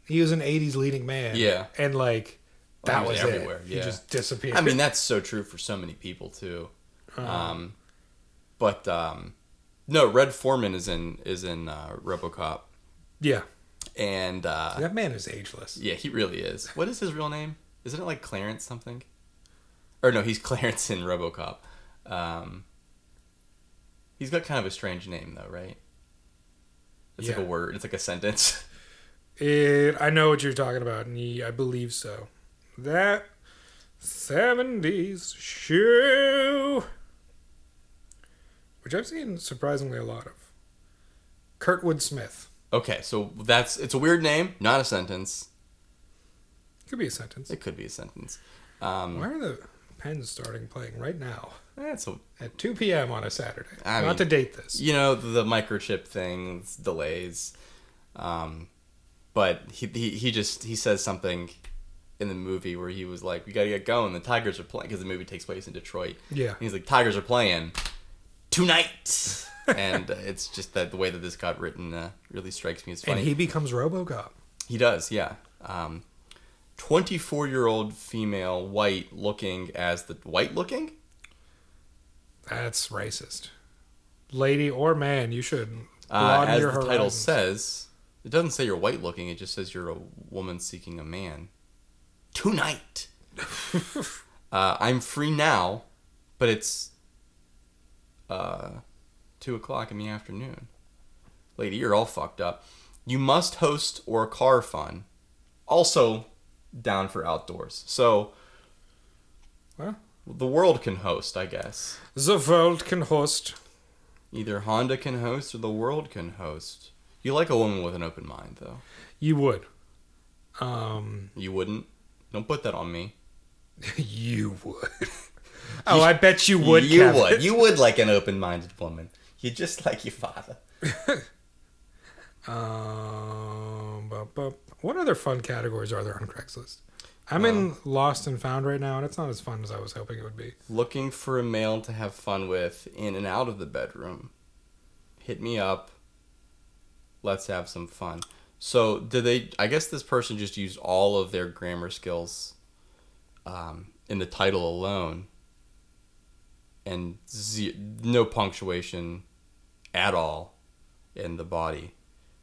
he was an '80s leading man.
Yeah.
and like that
he was
was,
everywhere,
It.
yeah.
He just disappeared.
I mean, that's so true for so many people too. Um, but um, no, Red Foreman is in is in uh, RoboCop,
yeah,
and uh,
that man is ageless.
yeah, he really is. What is his real name? Isn't it like Clarence something? Or no, he's Clarence in RoboCop. Um, he's got kind of a strange name though, right? It's like
Yeah.
a word. It's like a sentence.
It, I know what you're talking about, and he, I believe so. That '70s shoe, which I've seen surprisingly a lot of. Kurtwood Smith
Okay, so that's it's a weird name, not a sentence.
could be a sentence.
It could be a sentence. Um,
Why are the pens starting playing right now
that's a,
at 2 p.m. on a Saturday?
I
Not
mean-
to date this.
you know the microchip things, delays. Um, but he, he he just he says something in the movie where he was like, "We gotta get going. The Tigers are playing." Because the movie takes place in Detroit.
Yeah.
And he's like, "Tigers are playing tonight," and uh, it's just that the way that this got written uh, really strikes me as funny.
And he becomes RoboCop.
He does, yeah. Um, 24 year old female, white looking as the white looking?
That's racist. Lady or man, you should
Uh,
broaden
as the
your
title
horizons.
says, it doesn't say you're white looking. It just says you're a woman seeking a man. Tonight, uh, I'm free now, but it's uh, two o'clock in the afternoon. Lady, you're all fucked up. You must host or car fun. Also, down for outdoors. So
Well.
the world can host, I guess.
The world can host.
Either Honda can host or the world can host. You like a woman with an open mind, though.
You would. Um,
You wouldn't. Don't put that on me.
you would. Oh, I bet you would.
you
Kevin.
would. You would like an open-minded woman. You're just like your father.
Um, bu- bu- what other fun categories are there on Craigslist? I'm in Lost and Found right now, and it's not as fun as I was hoping it would be.
Looking for a male to have fun with in and out of the bedroom. Hit me up. Let's have some fun. So, did they? I guess this person just used all of their grammar skills um, in the title alone, and ze- no punctuation at all in the body.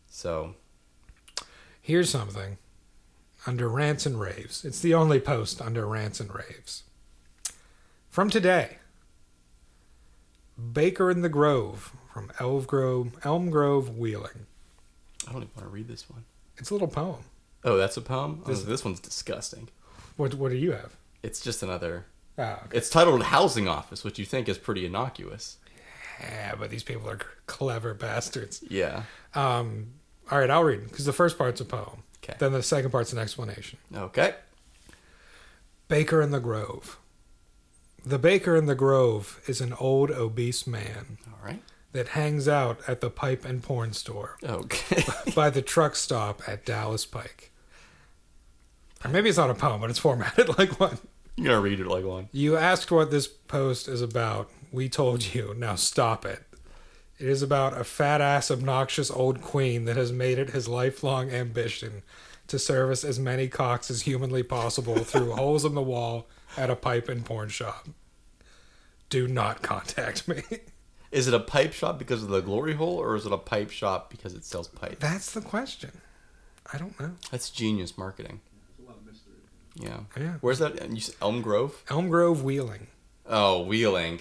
So,
Here's something under rants and raves. It's the only post under rants and raves. From today Baker in the Grove from Elm Grove, Elm Grove Wheeling.
I don't even want to read this one.
It's a little poem.
Oh, that's a poem. This, this one's disgusting.
What, what do you have?
It's just another.
Oh, okay.
It's titled "Housing Office," which you think is pretty innocuous.
yeah, Eh, but these people are clever bastards.
Yeah.
Um, all right, I'll read because the first part's a poem.
Okay.
Then the second part's an explanation.
Okay.
Baker in the Grove. The baker in the Grove is an old obese man
All right.
that hangs out at the pipe and porn store
Okay.
by the truck stop at Dallas Pike. Or maybe it's not a poem, but it's formatted like one.
you gotta read it like one.
You asked what this post is about. We told you. Now stop it. It is about a fat ass, obnoxious old queen that has made it his lifelong ambition to service as many cocks as humanly possible through holes in the wall at a pipe and porn shop. Do not contact me.
Is it a pipe shop because of the glory hole, or is it a pipe shop because it sells pipe?
That's the question. I don't know.
That's genius marketing. Yeah.
Yeah.
Where's that? and You s- Elm Grove?
Elm Grove Wheeling.
Oh, Wheeling.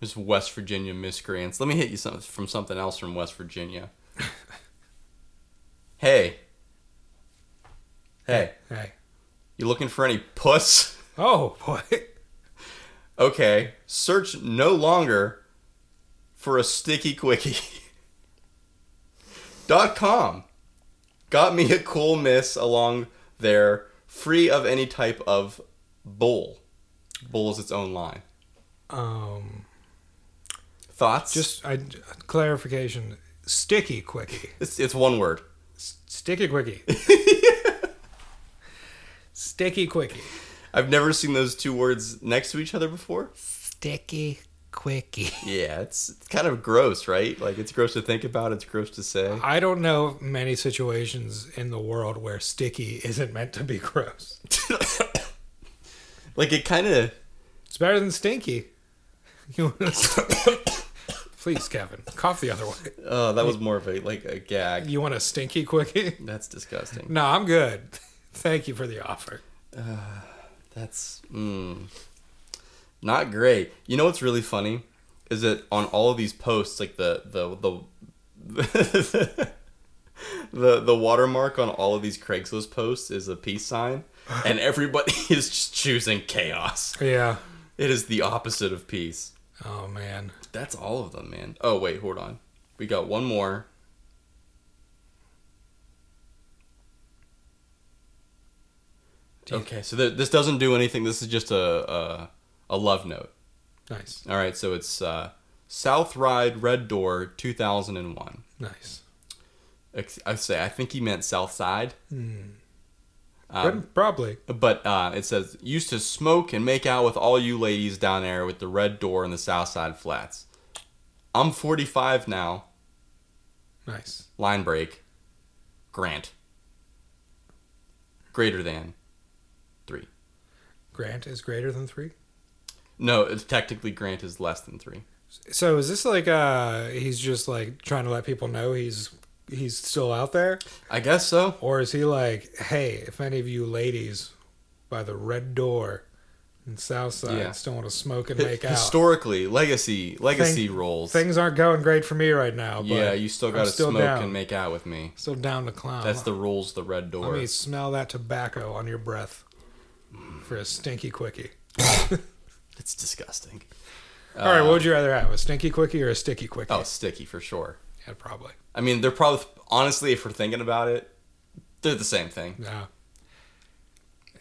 Just West Virginia miscreants. Let me hit you some, from something else from West Virginia. hey. Hey.
Hey.
You looking for any puss?
Oh boy.
Okay, search no longer for a sticky quickie. Dot com got me a cool miss along there, free of any type of bull. Bull is its own line.
Um.
Thoughts?
Just I, clarification. Sticky quickie.
it's, it's one word.
S- Sticky quickie. Sticky quickie.
I've never seen those two words next to each other before.
Sticky quickie.
Yeah, it's, it's kind of gross, right? Like it's gross to think about. It's gross to say.
I don't know many situations in the world where sticky isn't meant to be gross.
like it kind of.
It's better than stinky. You wanna- Please, Kevin, cough the other way.
Oh, that was more of a like a gag.
You want a stinky quickie?
That's disgusting.
No, I'm good. Thank you for the offer.
That's mm, not great. You know what's really funny is that on all of these posts, like the the the the the watermark on all of these Craigslist posts is a peace sign, and everybody is just choosing chaos.
Yeah.
It is the opposite of peace.
Oh man.
That's all of them, man. Oh wait, hold on. We got one more.
Do you-
Okay, so th- this doesn't do anything. This is just a a, a love note.
Nice.
All right, so it's uh, South Ride Red Door 2001.
Nice.
Ex- I say I think he meant South Side, Um,
Good, probably.
but uh, it says used to smoke and make out with all you ladies down there with the Red Door in the South Side flats. I'm 45 now.
Nice.
Line break. Grant. Greater than three.
Grant is greater than three.
No, it's technically Grant is less than three.
So is this like uh he's just like trying to let people know he's he's still out there?
I guess so.
Or is he like, hey, if any of you ladies by the red door in Southside
Yeah.
still want to smoke and
Hi-
make out,
Historically, legacy legacy
Thing-
roles.
things aren't going great for me right now. But
yeah, you still
I'm
got to
still
smoke
down.
and make out with me.
still down to clown.
That's the rules. The red
Let
door.
me smell that tobacco on your breath for a stinky quickie.
It's disgusting. Uh,
All right, what would you rather have, a stinky quickie or a sticky quickie?
Oh, sticky for sure.
yeah, probably.
I mean, they're probably honestly, if we're thinking about it, they're the same thing.
No.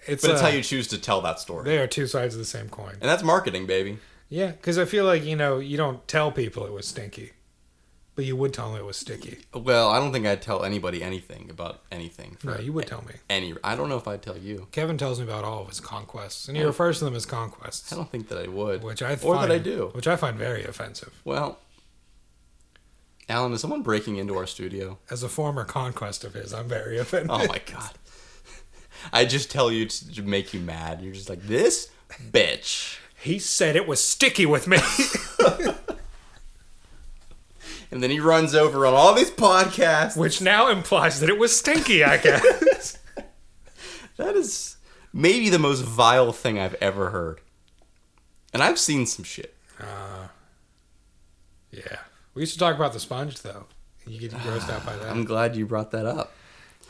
It's,
But it's
uh,
how you choose to tell that story,
They are two sides of the same coin.
and that's marketing, baby.
Yeah, because I feel like you know you don't tell people it was stinky, but you would tell them it was sticky.
Well, I don't think I'd tell anybody anything about anything. For
No, you would tell me.
Any, I don't know if I'd tell you.
Kevin tells me about all of his conquests, and he refers to them as conquests,
I don't think that I would.
which I
or that I
find-
do.
which I find very offensive.
Well, Alan, is someone breaking into our studio?
As a former conquest of his, I'm very offended.
Oh my god! I just tell you to to make you mad. You're just like this bitch,
He said it was sticky with me.
and then he runs over on all these podcasts.
Which now implies that it was stinky, I guess.
That is maybe the most vile thing I've ever heard. And I've seen some shit.
yeah. We used to talk about the sponge, though. You get grossed out by
I'm
that.
glad you brought that up.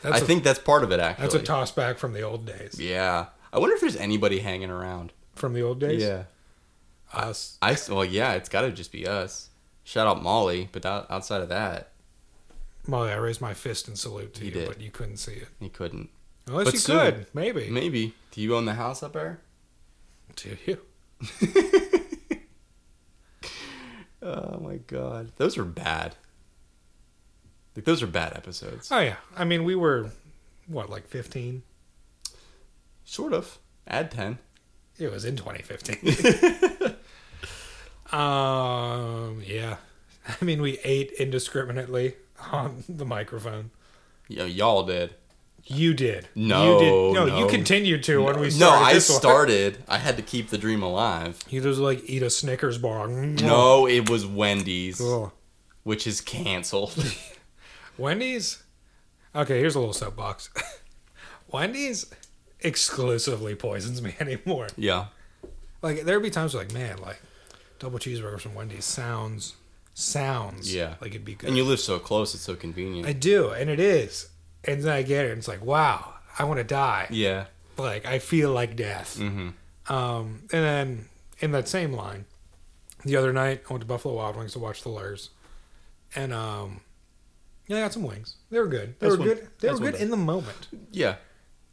That's
I
a-
think that's part of it, actually.
That's a toss back from the old days.
yeah. I wonder if there's anybody hanging around.
From the old days?
Yeah.
Us.
I s- well, yeah, it's got to just be us. Shout out Molly, but out- outside of that,
Molly, I raised my fist and salute to
You
you,
did.
but you couldn't see it.
he couldn't.
Unless
But
you
soon.
could, maybe.
Maybe. Do you own the house up there?
To you.
Oh my god, those are bad. Like those are bad episodes.
Oh yeah. I mean, we were what, like 15?
Sort of. Add ten.
It was in 2015. um, yeah. I mean, we ate indiscriminately on the microphone.
Yeah, y'all did.
You did.
No,
You did. No, you
no.
continued to when we
no,
started.
I
this one.
started. I had to keep the dream alive.
You just like eat a Snickers bar.
No, it was Wendy's,
Ugh.
which is canceled.
Wendy's. Okay, here's a little soapbox. Wendy's exclusively poisons me anymore.
yeah.
Like there'd be times where, like, man, like double cheeseburgers from Wendy's sounds sounds
Yeah.
like it'd be good.
And you live so close, it's so convenient.
I do, and it is. And then I get it, and it's like, wow, I want to die.
yeah.
Like I feel like death.
Mm-hmm.
Um, and then in that same line, the other night I went to Buffalo Wild Wings to watch the Lurs, and um, yeah, I got some wings. They were good. They
That's
were
one-
good. They were
that's one
good in the moment.
Yeah.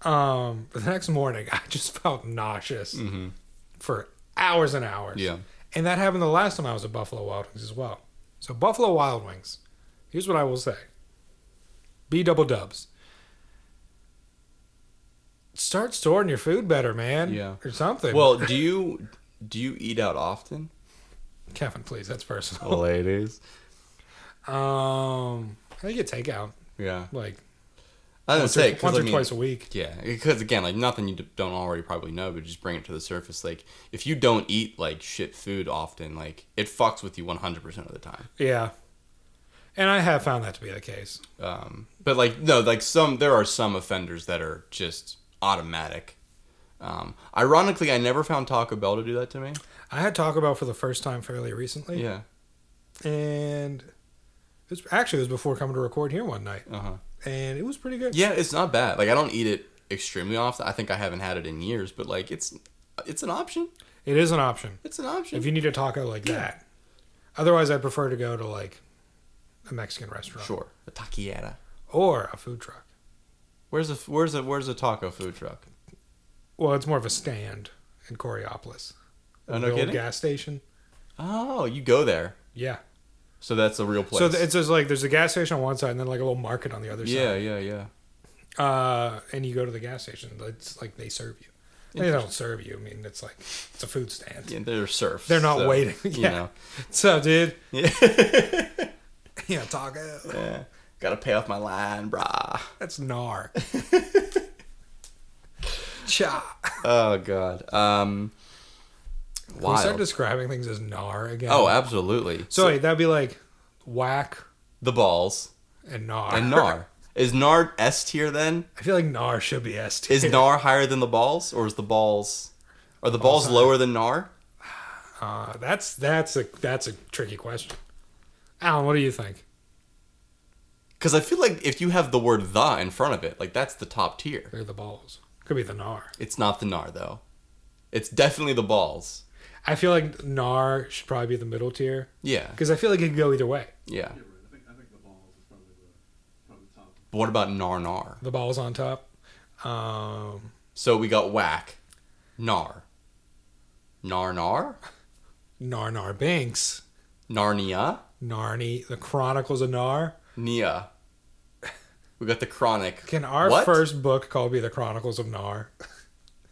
Um, but the next morning I just felt nauseous for hours and hours.
Mm-hmm. Yeah.
and that happened the last time I was at Buffalo Wild Wings as well. So Buffalo Wild Wings, here's what I will say: B double dubs. Start storing your food better, man.
Yeah.
or something.
Well, do you do you eat out often?
Kevin, please, that's personal.
Ladies.
Um, I think you take out
Yeah.
like
I don't
once,
say
or,
'cause,
once
I
or
mean,
twice a week.
Yeah, because again, like nothing you d- don't already probably know, but just bring it to the surface. Like if you don't eat like shit food often, like it fucks with you one hundred percent of the time.
Yeah, and I have found that to be the case.
Um, but like no, like some there are some offenders that are just automatic. Um, ironically, I never found Taco Bell to do that to me.
I had Taco Bell for the first time fairly recently.
Yeah.
and it was actually it was before coming to record here one night,
Uh huh.
and it was pretty good.
Yeah, it's not bad. Like I don't eat it extremely often. I think I haven't had it in years, but like it's it's an option.
It is an option
It's an option.
if you need a taco like that. Otherwise, I prefer to go to like a Mexican restaurant
sure, a taquiera.
or a food truck.
Where's the where's the where's the taco food truck?
Well, it's more of a stand in Coriopolis,
Oh,
the
no
old
kidding?
gas station.
Oh, you go there.
Yeah,
So that's a real place.
so th- it's just like there's a gas station on one side and then like a little market on the other
yeah, yeah, yeah.
side. Uh, and you go to the gas station. It's like they serve you. They don't serve you. I mean, it's like it's a food stand.
yeah. They're serfs.
They're not
so,
waiting.
You
yeah.
know,
So, dude.
Yeah.
yeah, taco.
yeah. Gotta pay off my line, brah.
That's gnar. Cha.
Oh god. Um,
Can we start
Wild.
describing things as gnar again?
oh, absolutely.
Sorry, that'd be like whack
the balls
and gnar.
and Nar. Is Nar S tier then?
I feel like gnar should be S tier.
Is Nar higher than the balls, or is the balls? Are the balls lower than Nar?
Uh, that's that's a that's a tricky question. Alan, what do you think?
Because I feel like if you have the word "the" in front of it, like that's the top tier.
They're the balls. Could be the gnar.
It's not the Nar though. It's definitely the balls.
I feel like gnar should probably be the middle tier
Yeah,
because I feel like it could go either way.
yeah.
Yeah, right. I think I think the balls is probably the probably the top.
But what about Nar Nar?
The balls on top. Um,
So we got whack, Nar, Nar Nar,
gnar gnar Banks,
Narnia,
Narni, the Chronicles of Gnar.
Nia. We got the chronic.
Can our
What?
first book called be the Chronicles of Gnar?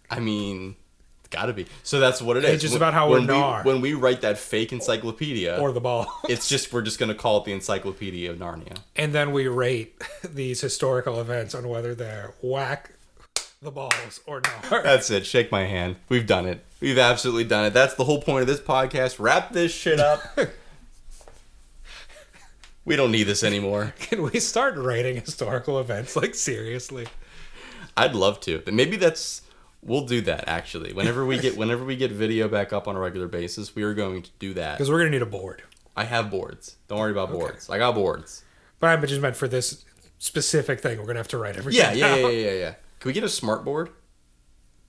I mean, it's gotta be. So that's what it is.
It's just about how we're
when we-
Nar.
when we write that fake encyclopedia,
or the ball?
it's just we're just gonna call it the Encyclopedia of Narnia.
and then we rate these historical events on whether they're whack the balls or gnar.
That's it. Shake my hand. We've done it. We've absolutely done it. That's the whole point of this podcast. Wrap this shit up. we don't need this anymore.
Can we start rating historical events like seriously?
I'd love to, but maybe that's we'll do that actually. Whenever we get whenever we get video back up on a regular basis, we are going to do that.
Because we're gonna need a board.
I have boards. Don't worry about boards. I got boards.
But I just meant for this specific thing, we're gonna have to write everything.
Yeah, yeah,
down.
yeah, yeah, yeah. yeah. Can we get a smart board?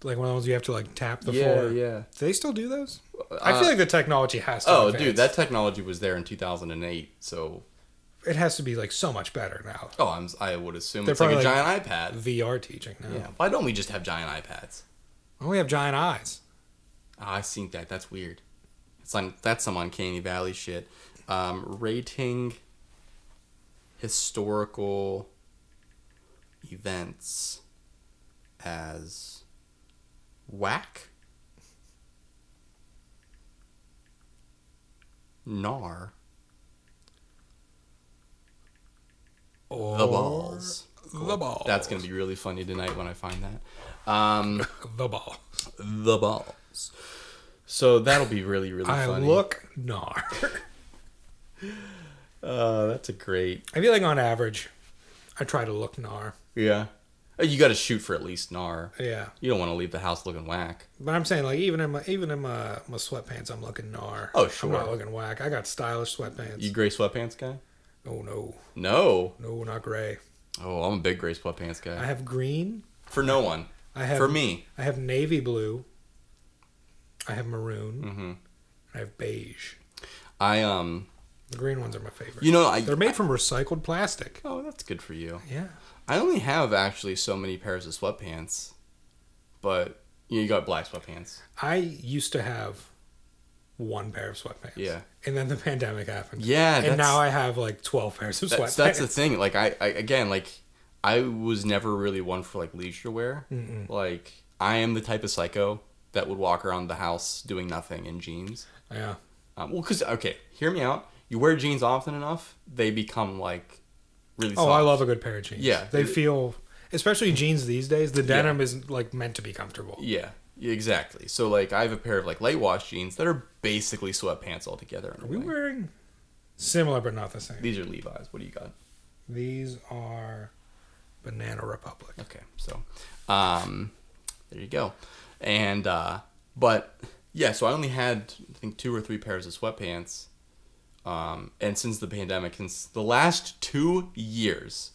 Like one of those you have to like tap the
Yeah,
floor.
yeah.
Do they still do those? I feel like the technology has to.
Oh,
advance.
dude, that technology was there in 2008. So,
it has to be like so much better now.
oh, I'm, I would assume
They're
it's like a
probably like-
giant iPad.
VR teaching now.
Yeah. Why don't we just have giant iPads?
Well, we have giant eyes.
Oh, I seen that. That's weird. It's on. That's some uncanny valley shit. Um, rating historical events as whack, nar,
Or
the balls.
Oh, The ball.
That's gonna be really funny tonight when I find that. Um,
the ball.
the balls. So that'll be really really
I
funny.
look gnar.
Uh, that's a great.
I feel like on average, I try to look gnar.
Yeah. Uh, You got to shoot for at least gnar.
Yeah,
You don't want to leave the house looking whack.
but I'm saying like even in my even in my my sweatpants, I'm looking gnar.
Oh, sure.
I'm not looking whack. I got stylish sweatpants.
You gray sweatpants guy?
oh no,
No.
no, not gray.
Oh, I'm a big gray sweatpants
I
guy.
have green.
For no one.
I have
For me.
I have navy blue. I have maroon. Mm-hmm. I have beige.
I um.
The green ones are my favorite.
You know I.
They're made from recycled plastic.
Oh, that's good for you.
Yeah.
I only have actually so many pairs of sweatpants, but you, know, you got black sweatpants.
I used to have one pair of sweatpants.
Yeah.
And then the pandemic happened.
Yeah,
And
that's-
now I have like 12 pairs of
That's
sweatpants.
that's the thing. Like I, I again like I was never really one for like leisure wear. Like I am the type of psycho that would walk around the house doing nothing in jeans.
yeah.
Um, well, because okay, hear me out. You wear jeans often enough, they become like really.
Oh, I love a good pair of jeans.
Yeah.
They feel, especially jeans these days, the denim is like meant to be comfortable.
Yeah, exactly. So like, I have a pair of like light wash jeans that are basically sweatpants altogether. in a
Are we
way.
wearing similar but not the same?
These are Levi's. What do you got?
These are Banana Republic.
Okay, so um, there you go. And uh, but yeah, so I only had I think two or three pairs of sweatpants. Um, and since the pandemic, since the last two years.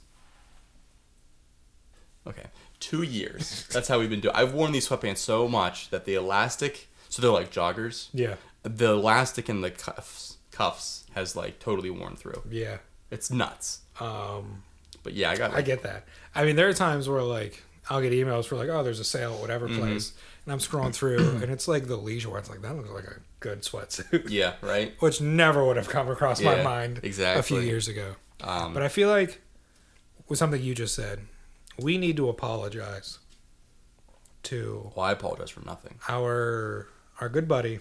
Okay, two years. That's how we've been doing. I've worn these sweatpants so much that the elastic, so they're like joggers.
Yeah.
The elastic in the cuffs cuffs has like totally worn through.
Yeah.
It's nuts.
Um,
But yeah, I got.
I get that. I mean, there are times where like I'll get emails for like, oh, there's a sale at whatever
Mm-hmm.
place, and I'm scrolling through, and it's like the leisure one. It's like that looks like a good sweatsuit,
Yeah. Right.
which never would have come across my
Yeah,
mind a few
exactly.
years ago.
Um,
but I feel like with something you just said, we need to apologize to
Well, I apologize for nothing.
our our good buddy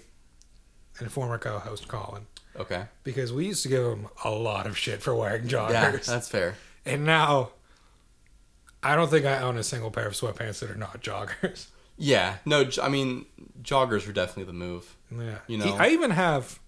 and former co-host Colin
Okay.
because we used to give him a lot of shit for wearing joggers.
Yeah, that's fair.
And now, I don't think I own a single pair of sweatpants that are not joggers.
Yeah, no, j- I mean joggers were definitely the move.
Yeah.
You know.
I even have.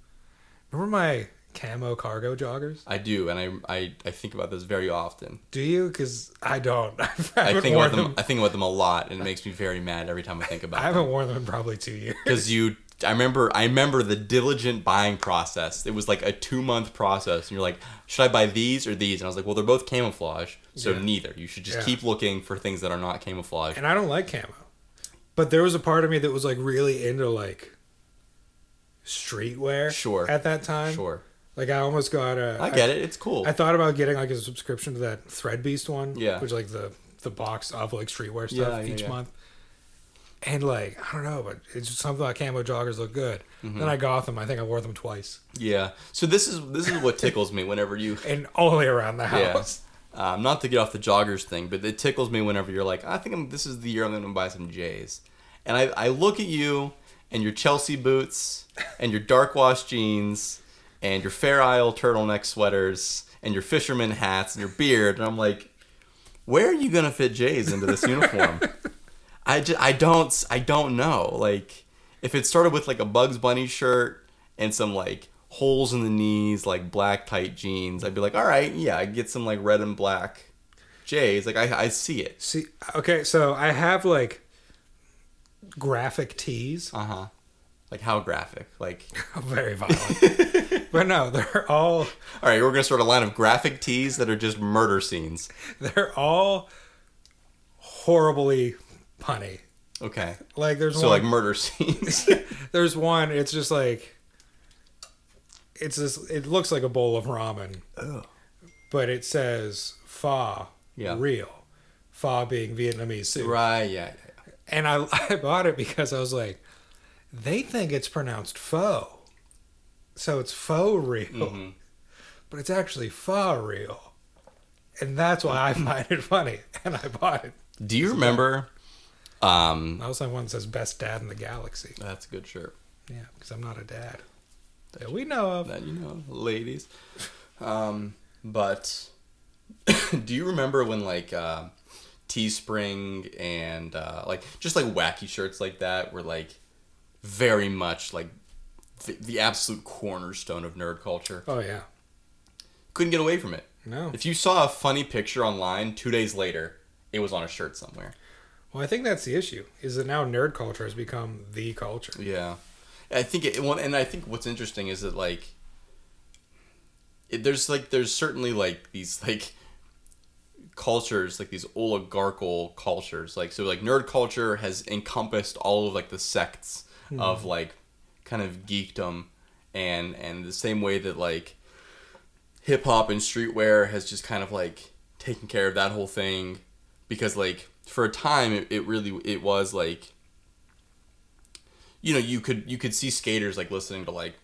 Remember my camo cargo joggers?
I do, and I I, I think about this very often.
Do you? Because I don't. I haven't
I think
worn
about
them.
them. I think about them a lot, and it makes me very mad every time I think
I
about them.
haven't worn them in probably two years.
Because you, I remember, I remember the diligent buying process. It was like a two month process, and you're like, should I buy these or these? And I was like, well, they're both camouflage, so
Yeah.
neither. You should just
Yeah.
keep looking for things that are not camouflage.
And I don't like camo. But there was a part of me that was like really into like streetwear.
Sure.
At that time.
Sure,
Like I almost got a.
I get it. It's cool.
I thought about getting like a subscription to that Threadbeast one.
Yeah.
Which like the the box of like streetwear stuff
Yeah, yeah,
each
yeah.
month. And like I don't know, but it's just something about camo joggers look good.
Mm-hmm.
Then I got them. I think I wore them twice,
yeah. So this is this is what tickles me whenever you.
and only around the
Yeah.
house.
Um, not to get off the joggers thing, but it tickles me whenever you're like, I think I'm, this is the year I'm going to buy some J's. And I, I look at you and your Chelsea boots and your dark wash jeans and your Fair Isle turtleneck sweaters and your fisherman hats and your beard. And I'm like, where are you going to fit J's into this uniform? I, just, I don't I don't know. Like if it started with like a Bugs Bunny shirt and some like holes in the knees, like black tight jeans, I'd be like, all right, yeah, I get some like red and black J's. Like I I see it.
See, okay, so I have like graphic tees.
Uh huh. Like how graphic? Like
very violent. but no, they're all
all right, we're gonna start a line of graphic tees that are just murder scenes.
they're all horribly punny.
Okay.
Like there's
So like
one
murder scenes.
there's one it's just like it's this it looks like a bowl of ramen. But it says pho
Yeah.
real. Pho being Vietnamese soup.
right. Yeah.
And I I bought it because I was like they think it's pronounced pho. So it's faux real.
Mm-hmm.
But it's actually pho real. And that's why I find it funny. And I bought it.
Do you remember? Um,
I also have one that says best dad in the galaxy.
that's a good shirt.
Yeah, because I'm not a dad. That we know of.
that you know, ladies. Um, but do you remember when like uh, Teespring and uh, like just like wacky shirts like that were like very much like the, the absolute cornerstone of nerd culture?
Oh yeah.
Couldn't get away from it.
No.
If you saw a funny picture online two days later, it was on a shirt somewhere.
Well, I think that's the issue. Is that now nerd culture has become the culture.
Yeah, I think it. Well, and I think what's interesting is that like, it, there's like there's certainly like these like cultures like these oligarchical cultures like so like nerd culture has encompassed all of like the sects of like kind of geekdom and and the same way that like hip hop and streetwear has just kind of like taken care of that whole thing because like for a time it, it really it was like you know you could you could see skaters like listening to like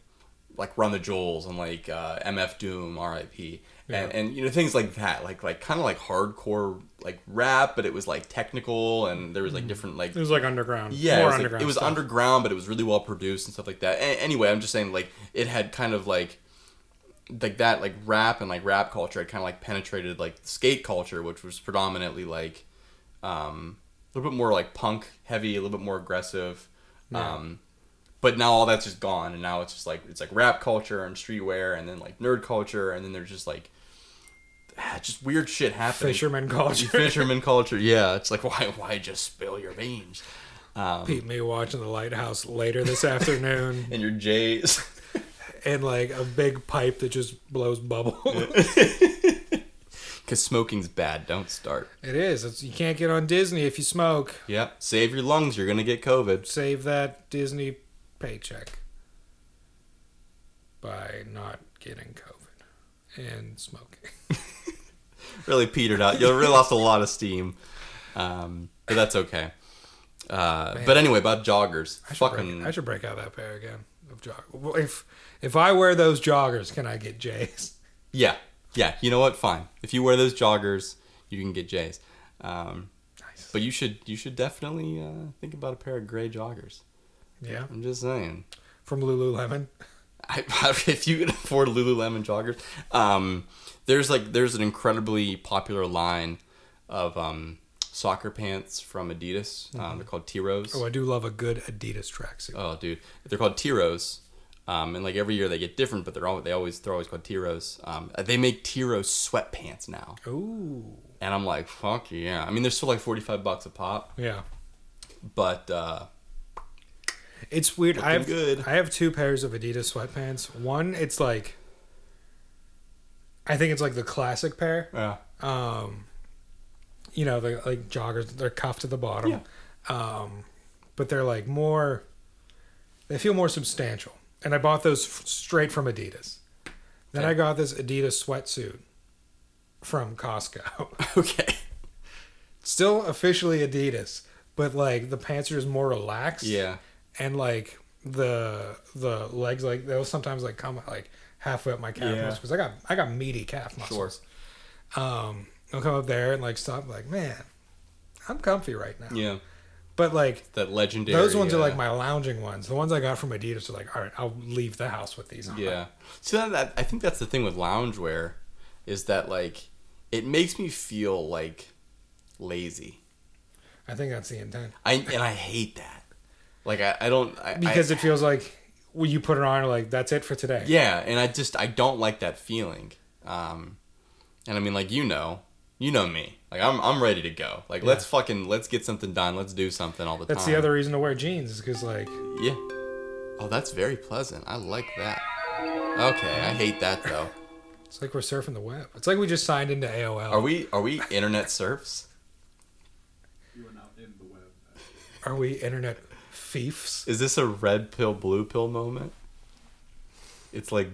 like Run the Jewels and like uh, MF Doom R.I.P. and and you know things like that like like kind of like hardcore like rap but it was like technical and there was like different like
It was like underground.
yeah, it was,
More
like-
underground.
it was
stuff.
underground, but it was really well produced and stuff like that. A- anyway, I'm just saying like it had kind of like like that like rap and like rap culture had kind of like penetrated like skate culture, which was predominantly like um, a little bit more like punk heavy, a little bit more aggressive. Um, but now all that's just gone, and now it's just like it's like rap culture and streetwear, and then like nerd culture, and then there's just like ah, just weird shit happening.
fisherman culture.
Fisherman culture, yeah. It's like why why just spill your beans?
Pete me watching the lighthouse later this afternoon,
Um, and your J's.
and like a big pipe that just blows bubbles.
Because smoking's bad. Don't start.
it is. It's, you can't get on Disney if you smoke.
Yep. Save your lungs. You're going to get COVID.
Save that Disney paycheck by not getting COVID and smoking.
Really petered out. You'll really lost a lot of steam. Um, but that's okay. Uh, but anyway, about joggers.
I should,
Fucking.
break, I should break out that pair again of jog. well, If if I wear those joggers, can I get J's?
Yeah. Yeah. You know what? Fine. If you wear those joggers, you can get J's. Um,
Nice.
but you should you should definitely uh, think about a pair of gray joggers.
Yeah,
I'm just saying.
from Lululemon.
I, if you can afford Lululemon joggers, um, there's like there's an incredibly popular line of um, soccer pants from Adidas. Um, they're called Tiros.
Mm-hmm. Oh, I do love a good Adidas tracksuit.
Oh, dude, they're called Tiros, um, and like every year they get different, but they're all they always they're always called Tiros. Um, they make Tiros sweatpants now,
Ooh.
and I'm like, fuck yeah! I mean, they're still like forty five bucks a pop,
Yeah.
but uh,
It's weird. I
Looking
have
good.
I have two pairs of Adidas sweatpants. One, it's like I think it's like the classic pair.
yeah,
Um you know, the like joggers, they're cuffed at the bottom. Um but they're like more they feel more substantial. And I bought those f- straight from Adidas. Then
Okay.
I got this Adidas sweatsuit from Costco.
okay,
Still officially Adidas, but like the pants are just more relaxed
yeah,
and like the the legs like they'll sometimes like come like halfway up my calf
Yeah.
muscles because I got I got meaty calf
sure,
muscles. Um, they'll come up there and like stop like man, I'm comfy right now.
yeah.
But like
That legendary.
those ones are like
uh,
my lounging ones. The ones I got from Adidas are like all right, I'll leave the house with these. On.
Yeah. So that, that I think that's the thing with loungewear, is that like it makes me feel like lazy.
I think that's the intent
I and I hate that. Like I, I don't I,
because
I,
it feels like when you put it on, you're like that's it for today.
yeah, and I just I don't like that feeling. Um, and I mean like you know, you know me. Like I'm I'm ready to go. Like let's fucking let's get something done. Let's do something all the
That's
time.
the other reason to wear jeans is because like
Yeah. Oh, that's very pleasant. I like that. Okay, I hate that though.
it's like we're surfing the web. It's like we just signed into AOL.
Are we are we internet serfs?
You are now in the web.
Are we internet fiefs?
Is this a red pill blue pill moment? It's like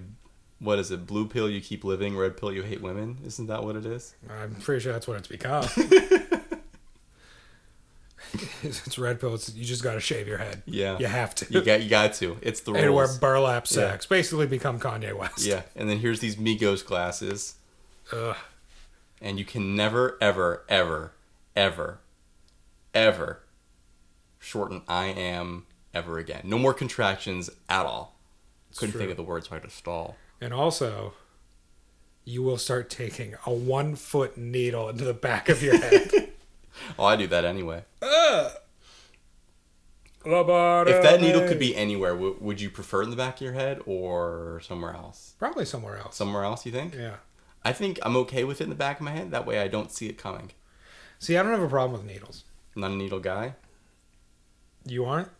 what is it? Blue pill you keep living, red pill you hate women. Isn't that what it is?
I'm pretty sure that's what it's become. it's red pill. It's, you just got to shave your head.
Yeah.
You have to.
You got you got to. It's the
and wear
rules.
burlap sacks. Basically become Kanye West.
Yeah. And then here's these Migos glasses
Ugh.
and you can never ever ever ever ever shorten I am ever again. No more contractions at all. Couldn't
true.
think of the words so I had to stall.
And also, you will start taking a one foot needle into the back of your head.
Oh, I do that anyway.
if
If that needle could be anywhere, w- would you prefer it in the back of your head or somewhere else?
Probably somewhere else.
Somewhere else, you think?
yeah.
I think I'm okay with it in the back of my head. That way I don't see it coming.
See, I don't have a problem with needles.
I'm not a needle guy.
You aren't?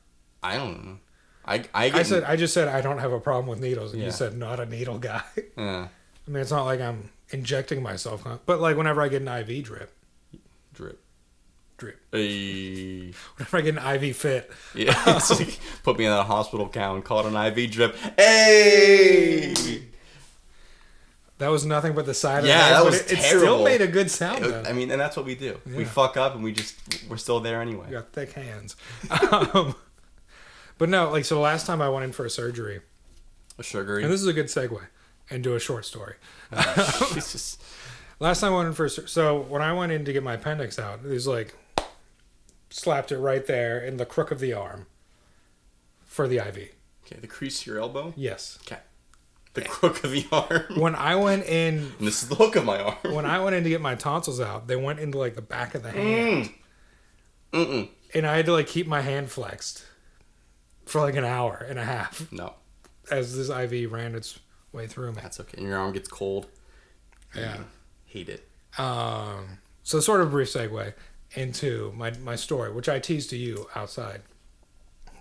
I don't know. I, I, get,
I said I just said I don't have a problem with needles, and
Yeah.
you said not a needle guy.
Eh,
I mean, it's not like I'm injecting myself, huh? but like whenever I get an IV drip,
drip.
drip,
Eh.
whenever I get an IV fit,
Yeah, it's like, put me in a hospital gown, and called an IV drip. Hey,
that was nothing but the side
Yeah,
of
that
the
was
it, it
terrible.
still made a good sound. though.
I mean, and that's what we do. We
Yeah.
fuck up, and we just we're still there anyway.
You got thick hands. um, but no, like so the last time I went in for a surgery,
Sugary.
and this is a good segue into a short story.
It's just-
Last time I went in for a sur- so when I went in to get my appendix out, it was like slapped it right there in the crook of the arm for the IV.
okay, the crease of your elbow.
Yes.
Okay, the crook of the arm.
When I went in
And this is the hook of my arm.
when I went in to get my tonsils out, they went into like the back of the hand.
Mm-mm.
And I had to like keep my hand flexed for like an hour and a half
No,
as this IV ran its way through me.
that's okay. And your arm gets cold.
Yeah.
Hate it.
Um, so sort of a brief segue into my, my story, which I teased to you outside.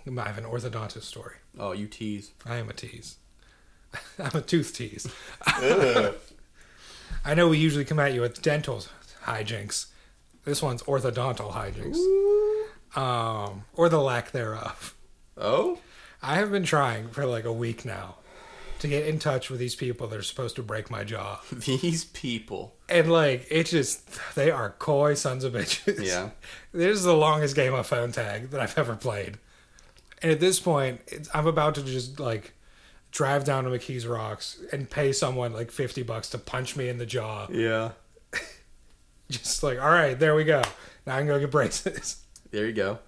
I have an orthodontist story.
Oh, you tease.
I am a tease. I'm a tooth tease. I know we usually come at you with dental hijinks. This one's orthodontal hijinks. Um, or the lack thereof.
Oh,
I have been trying for like a week now to get in touch with these people that are supposed to break my jaw.
these people.
And like it just they are coy sons of bitches.
Yeah.
This is the longest game of phone tag that I've ever played. And at this point, it's, I'm about to just like drive down to McKees Rocks and pay someone like 50 bucks to punch me in the jaw.
Yeah.
Just like, all right, there we go. Now I can go get braces.
There you go.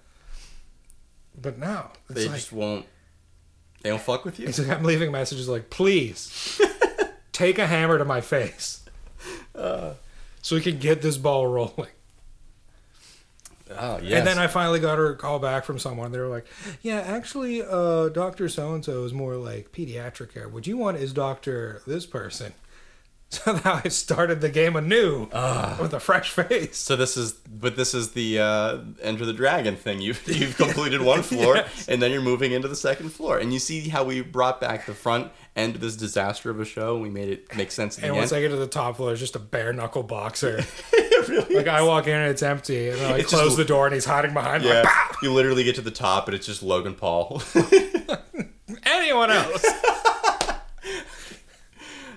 But no, it's
They
like
just won't. They don't fuck with you.
it's like I'm leaving messages like, please take a hammer to
Uh.
my face, so we can get this ball rolling.
Oh yes.
And then I finally got her a call back from someone. They were like, "Yeah, actually, uh, Doctor So and So is more like pediatric care. What you want is Doctor this person." So now I started the game anew with a fresh face.
so this is, but this is the uh, Enter the Dragon thing. You've you've completed one floor, and then you're moving into the second floor, and you see how we brought back the front end of this disaster of a show. We made it make sense in
And
the
once
end.
I get to the top floor, it's just a bare knuckle boxer.
It really
like I walk in and it's empty, and then I
It's just-
close the door and he's hiding behind.
Yeah,
Like, "Bah!"
you literally get to the top, and it's just Logan Paul.
anyone else?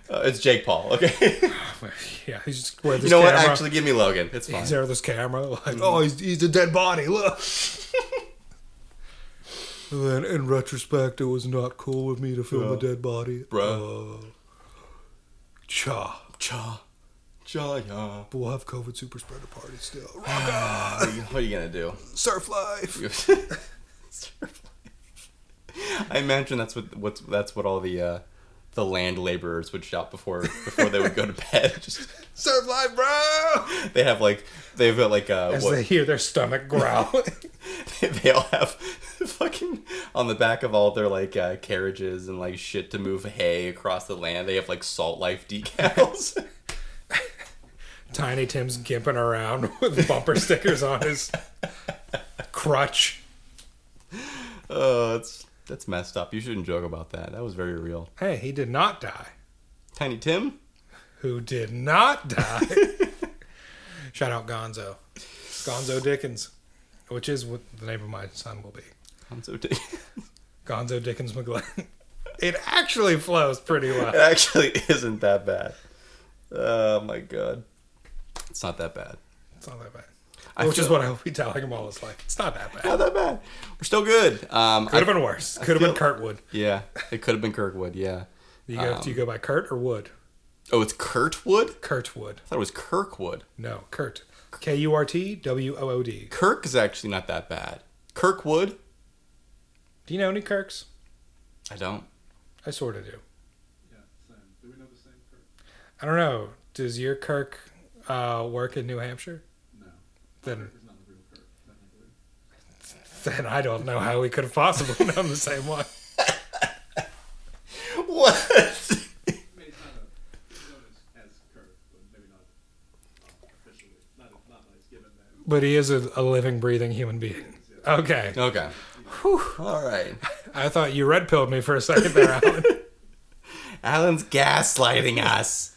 Uh, it's Jake Paul. Okay,
yeah, he's just where this
you know what?
camera.
Actually, give me Logan. It's fine.
He's there with this camera, like, oh, he's, he's a dead body, look. and then, in retrospect, it was not cool of me to film a dead body.
Bruh.
Uh, cha.
Cha, cha, ya.
But we'll have COVID super spreader party still.
What are you- what are you gonna do?
Surf life.
I imagine that's what what's that's what all the uh, the land laborers would shout before before they would go to bed. Just,
Surf life, bro!
they have like they've got like uh,
As
what,
they hear their stomach growl.
they, all have fucking on the back of all their like uh, carriages and like shit to move hay across the land. They have like salt life decals.
Tiny Tim's gimping around with bumper stickers on his crutch.
Oh, that's that's messed up. You shouldn't joke about that. That was very real.
Hey, he did not die.
Tiny Tim.
who did not die. Shout out Gonzo. Gonzo Dickens, which is what the name of my son will be.
I'm so t-
Gonzo Dickens McGlenn. It actually flows pretty
it
well.
actually isn't that bad. Oh my god, it's not that bad.
It's not that bad.
I
Which is
feel-
what I will be telling him all his life. It's not that bad.
not that bad. We're still good. Um,
Could have
I-
been worse. Could have been
feel-
Kurtwood.
yeah, it could have been Kirkwood. Yeah.
You go, do you
Um,
go by Kurt or Wood?
Oh, it's Kurtwood. I
Kurtwood.
thought it was Kirkwood.
No, Kurt. K U R T W O O D.
Kirk is actually not that bad. Kirkwood.
Do you know any Kirks?
I don't.
I sort of do.
Yeah, same. Do we know the same Kirk?
I don't know. Does your Kirk uh, work in New Hampshire?
No.
Then
He's not the real Kirk, technically.
then I don't know how we could have possibly known the same one.
What?
I mean, he's not a, he's known as, as Kirk, but maybe not uh, officially. Not, not by his given name.
But he is a, a living, breathing human being. Okay.
okay. All right.
I thought you red pilled me for a second there, Alan.
Alan's gaslighting us.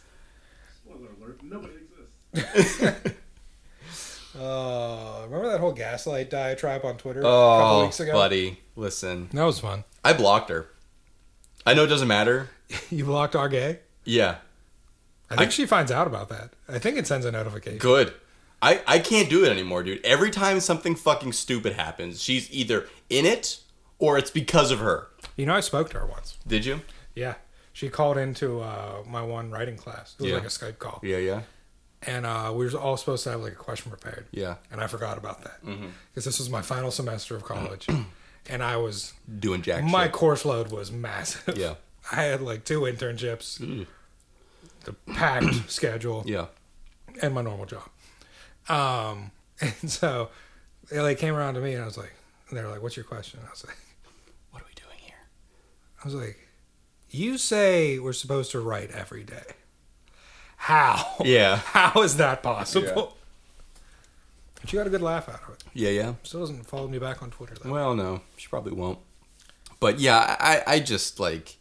Spoiler alert, nobody exists.
Uh, remember that whole gaslight diatribe on Twitter a couple
Oh,
weeks ago?
buddy, listen.
That was fun.
I blocked her. I know it doesn't matter.
You blocked our gay?
Yeah.
I think she finds out about that. I think it sends a notification.
Good. I, I can't do it anymore, dude. Every time something fucking stupid happens, she's either in it or it's because of her.
You know, I spoke to her once.
Did you?
Yeah. She called into uh, my one writing class. It was
Yeah.
like a Skype call.
Yeah, yeah.
And uh, we were all supposed to have like a question prepared.
Yeah. Mm-hmm.
And I forgot about that. Because this was my final semester of college. and I was
Doing jack
my
shit.
course load was massive.
Yeah. Mm.
I had like two internships, the packed schedule,
Yeah.
and my normal job. Um, and so they like came around to me and I was like, and they were like, "What's your question?" I was like,
What are we doing here?
I was like, "You say we're supposed to write every day. How?
Yeah.
How is that possible?" But you got a good laugh out of it.
Yeah, yeah.
Still doesn't follow me back on Twitter though.
Well, no, she probably won't. But yeah, I, I just like,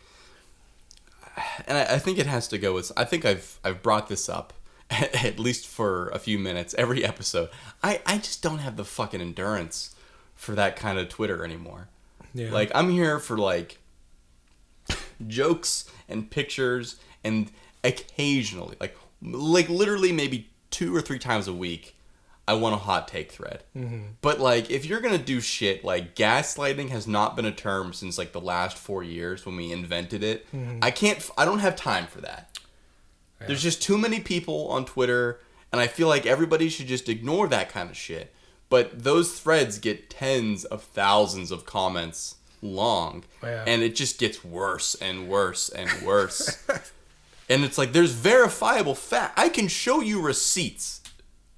and I, I think it has to go with. I think I've I've brought this up at least for a few minutes every episode. I I just don't have the fucking endurance for that kind of Twitter anymore.
Yeah.
Like I'm here for like jokes and pictures and occasionally like like literally maybe two or three times a week i want a hot take thread but like if you're gonna do shit like gaslighting has not been a term since like the last four years when we invented it i can't f- i don't have time for that there's just too many people on twitter and i feel like everybody should just ignore that kind of shit but those threads get tens of thousands of comments long
Yeah.
and it just gets worse and worse and worse. and it's like there's verifiable fact. I can show you receipts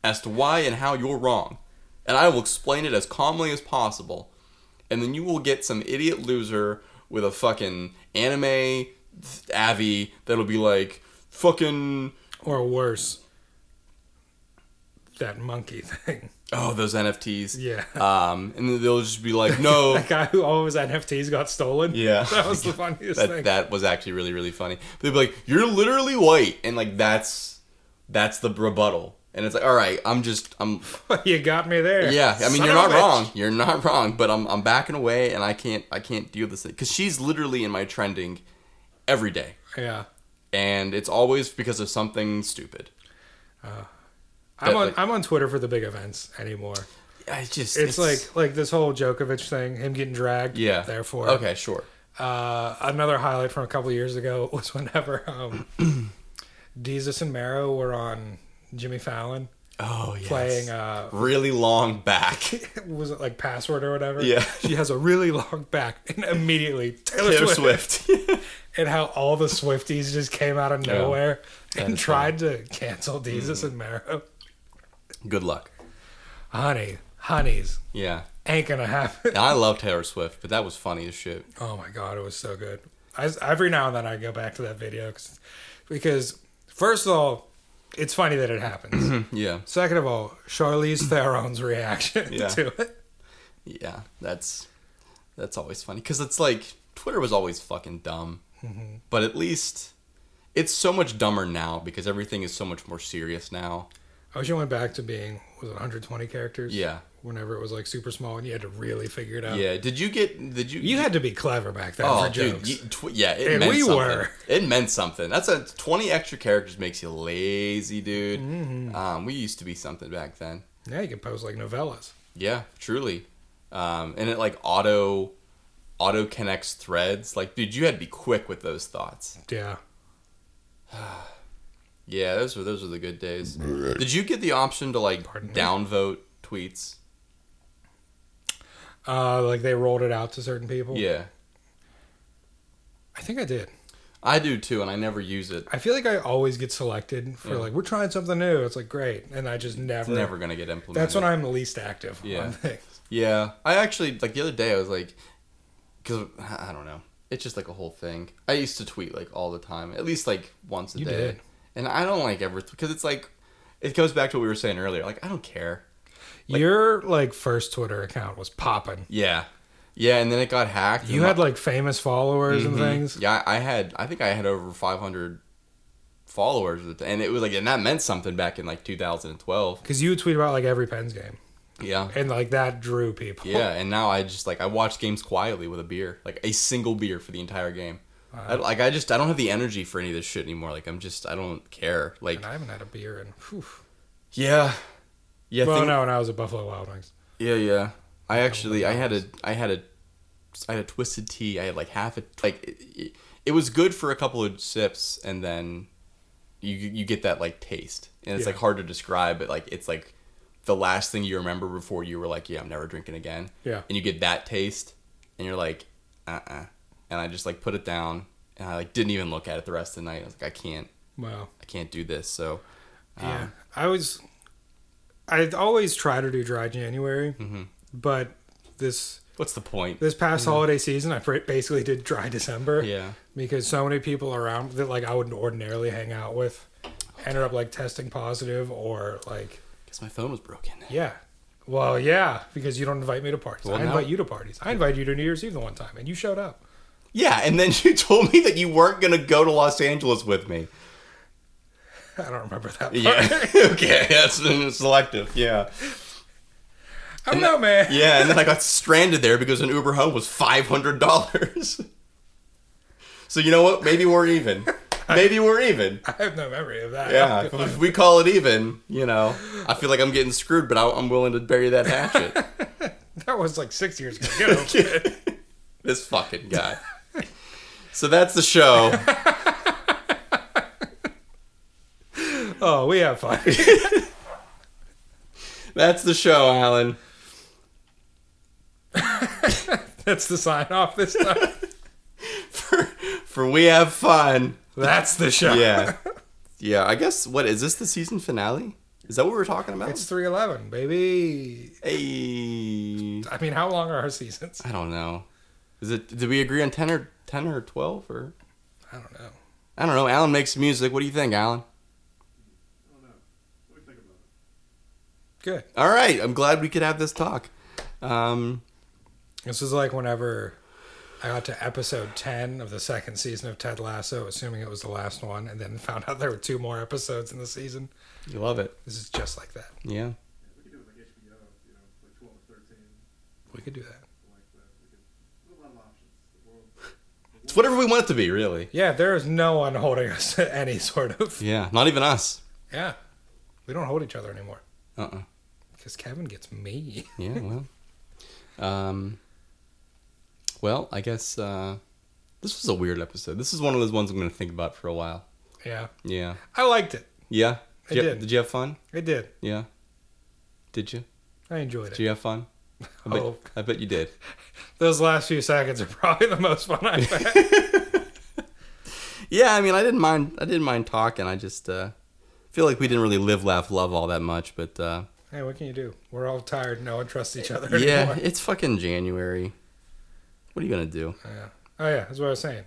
as to why and how you're wrong. and I will explain it as calmly as possible. And then you will get some idiot loser with a fucking anime th- avi that'll be like, fucking,
Or worse, that monkey thing.
oh, those NFTs.
Yeah.
Um, and then they'll just be like, no,
That guy who all of his NFTs got stolen.
Yeah.
That was the funniest
that
thing.
that was actually really really funny. But they'd be like, "You're literally white," and like that's that's the rebuttal. And it's like, all right, I'm just, I'm,
you got me there.
yeah. I mean,
Son
you're
of
not
a bitch.
wrong. You're not wrong. But I'm, I'm backing away, and I can't, I can't deal with this because she's literally in my trending every day,
Yeah.
and it's always because of something stupid.
I'm
That,
on,
like-
I'm on Twitter for the big events anymore.
I just,
It's, like like this whole Djokovic thing, him getting dragged.
yeah.
Therefore,
okay, sure.
Uh, another highlight from a couple years ago was whenever um, Jesus and Mero were on Jimmy Fallon
Oh yeah.
playing. Uh,
really long back.
was it like password or whatever?
Yeah.
She has a really long back, and immediately Taylor,
Taylor
Swift.
Swift.
and how all the Swifties just came out of nowhere and
is Mm.
tried to cancel Jesus and Mero.
Good luck.
Honey, honeys,
Yeah.
ain't gonna happen.
And I love Taylor Swift, but that was funny as shit.
Oh my god, it was so good. I, every now and then I go back to that video 'cause- because, first of all, it's funny that it happens.
Yeah.
Second of all, Charlize Theron's reaction
Yeah.
to it.
Yeah, that's that's always funny because it's like Twitter was always fucking dumb,
Mm-hmm.
but at least it's so much dumber now because everything is so much more serious now.
I wish it went back to being was it 120 characters?
Yeah.
Whenever it was like super small and you had to really figure it out.
Yeah, did you get did you
You had to be clever back then
oh
for
dude
jokes.
you, tw- yeah it
And
meant
we
something.
were.
it meant something. That's a twenty extra characters makes you lazy, dude.
Mm-hmm.
Um, we used to be something back then.
now you can post like novellas.
Yeah, truly. Um, and it like auto auto connects threads. Like, dude, you had to be quick with those thoughts.
Yeah.
Yeah, those were those were the good days. Did you get the option to like
Pardon me?
downvote tweets?
Uh, like they rolled it out to certain people.
Yeah,
I think I did.
I do too, and I never use it.
I feel like I always get selected for
Yeah.
like we're trying something new. It's like great, and I just
It's
never.
never gonna get implemented.
That's when I'm the least active.
Yeah.
On things.
Yeah, I actually like the other day I was like, because I don't know, it's just like a whole thing. I used to tweet like all the time, at least like once a
You
day,
did.
and I don't like ever because it's like, it goes back to what we were saying earlier. Like I don't care.
Your like first Twitter account was popping.
Yeah, yeah, and then it got hacked.
You
and
had like famous followers and things.
Yeah, I I had. I think I had over 500 followers, at the- and it was like, and that meant something back in like 2012.
Because you would tweet about like every Pens game,
Yeah,
and like that drew people.
yeah. And now I just like I watch games quietly with a beer, like a single beer for the entire game.
Uh,
I, like I just I don't have the energy for any of this shit anymore. Like I'm just I don't care. Like
And I haven't had a beer in. Whew.
yeah, yeah.
well,
thing-
no, when I was at Buffalo Wild Wings.
Yeah, yeah. I actually, I had a, I had a, I had a twisted tea. I had like half a, like it, it was good for a couple of sips, and then you you get that like taste, and it's
Yeah.
like hard to describe, but like it's like the last thing you remember before you were like, yeah, I'm never drinking again.
Yeah.
And you get that taste, and you're like, uh, uh and I just like put it down, and I like didn't even look at it the rest of the night. I was like, I can't,
Wow.
I can't do this. So Ah.
Yeah, I was. I always try to do dry January,
Mm-hmm.
but this
what's the point?
this past holiday season, I pr- basically did dry December.
Yeah.
because so many people around that like I wouldn't ordinarily hang out with ended up like testing positive or like
Because my phone was broken.
yeah. Well, yeah, because you don't invite me to parties.
Well,
I
now-
invite you to parties. I invited you to New Year's Eve the one time, and you showed up.
Yeah, and then you told me that you weren't gonna go to Los Angeles with me.
I don't remember that. Part.
okay, that's selective. Yeah,
I don't know, man.
yeah, and then I got stranded there because an Uber home was five hundred dollars. So you know what? Maybe we're even. Maybe we're even.
I have no memory of that.
Yeah, if we call it even, you know, I feel like I'm getting screwed, but I, I'm willing to bury that hatchet.
that was like six years ago. Get over it.
this fucking guy. So that's the show.
Oh, we have fun.
That's the show, Alan.
That's the sign off this time.
For, for we have fun.
That's the show.
yeah. Yeah, I guess what is this the season finale? Is that what we were talking about?
It's 311, baby.
hey.
I mean, how long are our seasons?
I don't know. Is it? Did we agree on ten or ten or twelve or?
I don't know.
I don't know. Alan makes music. What do you think, Alan?
I don't know. What do you think about it?
Good.
All right. I'm glad we could have this talk. Um,
This was like whenever I got to episode 10 of the second season of Ted Lasso, assuming it was the last one, and then found out there were two more episodes in the season.
you love it.
This is just like that.
Yeah.
Yeah, we could do it like HBO, you know, like 12 or 13,
We could do that.
like that. We could. There's a lot of options. The world.
It's whatever we want it to be, really.
Yeah, there is no one holding us to any sort of.
Yeah. Not even us.
Yeah. We don't hold each other anymore
Uh. uh
because Kevin gets me.
Yeah. Well. um. Well, I guess uh, this was a weird episode. This is one of those ones I'm going to think about for a while.
Yeah.
Yeah.
I liked it.
Yeah.
I
you-
did.
Did you have fun?
I did.
Yeah. Did you?
I enjoyed
Did
it.
you have fun? I bet,
Oh,
I bet you did.
those last few seconds are probably the most fun I've had.
Yeah, I mean, I didn't mind. I didn't mind talking. I just uh, feel like we didn't really live, laugh, love all that much. But uh,
Hey, what can you do? We're all tired. No one trusts each other
yeah,
anymore.
it's fucking January. What are you gonna do?
Yeah. Oh yeah, that's what I was saying.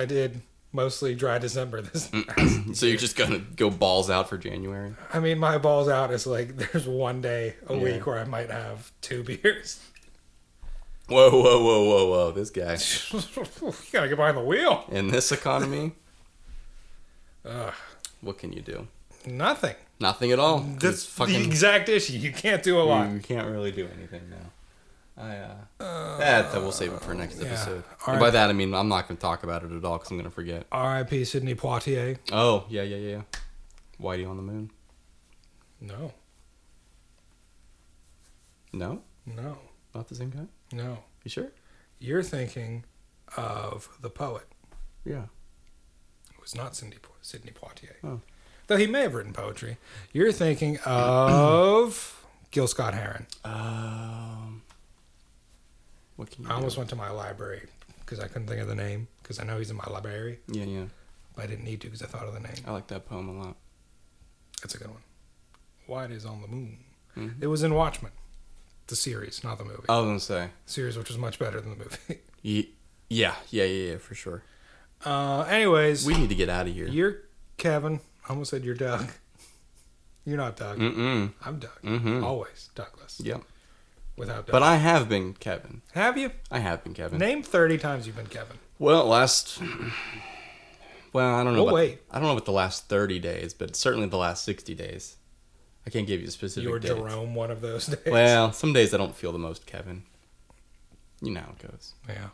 I did mostly dry December. This,
Mm. So you're just gonna go balls out for January?
I mean, my balls out is like there's one day a
Yeah.
week where I might have two beers.
Whoa, whoa, whoa, whoa, whoa! This guy
you gotta get behind the wheel.
in this economy.
Ugh.
What can you do?
Nothing.
Nothing at all.
That's
It's fucking. Mm.
the exact issue. You can't do a lot.
you can't really do anything now. I uh, that, that we'll save it for next
yeah.
episode.
All
And by
right.
that I mean I'm not gonna talk about it at all because I'm gonna forget.
R.I.P. Sidney Poitier.
Oh yeah, yeah, yeah. yeah. Whitey on the moon.
No,
No,
no,
not the same guy.
no.
You sure?
You're thinking of the poet.
Yeah.
It was not Sidney po- Sidney Poitier.
Oh.
Though he may have written poetry. You're thinking of Gil Scott Heron.
Um, what can you
I
do?
almost went to my library because I couldn't think of the name because I know he's in my library,
Yeah, yeah.
but I didn't need to because I thought of the name.
I like that poem a lot.
That's a good one. White is on the moon.
Mhm.
It was in Watchmen, the series, not the movie.
I was gonna say.
series, which was much better than the movie.
Ye- Yeah, yeah, yeah, yeah, for sure.
Uh, anyways,
We need to get out of here.
you're Kevin. I almost said you're Doug. You're not Doug.
Mm-mm.
I'm Doug.
Mhm.
Always Douglas.
Mm. Yep.
Without Doug.
But I have been Kevin.
Have you?
I have been Kevin.
Name 30 times you've been Kevin.
Well, last. Well, I don't know.
We'll
about,
Oh, wait.
I don't know about the last thirty days, but certainly the last sixty days. I can't give you a specific.
You were
dates.
Jerome one of those days.
Well, some days I don't feel the most Kevin. You know how it goes,
yeah.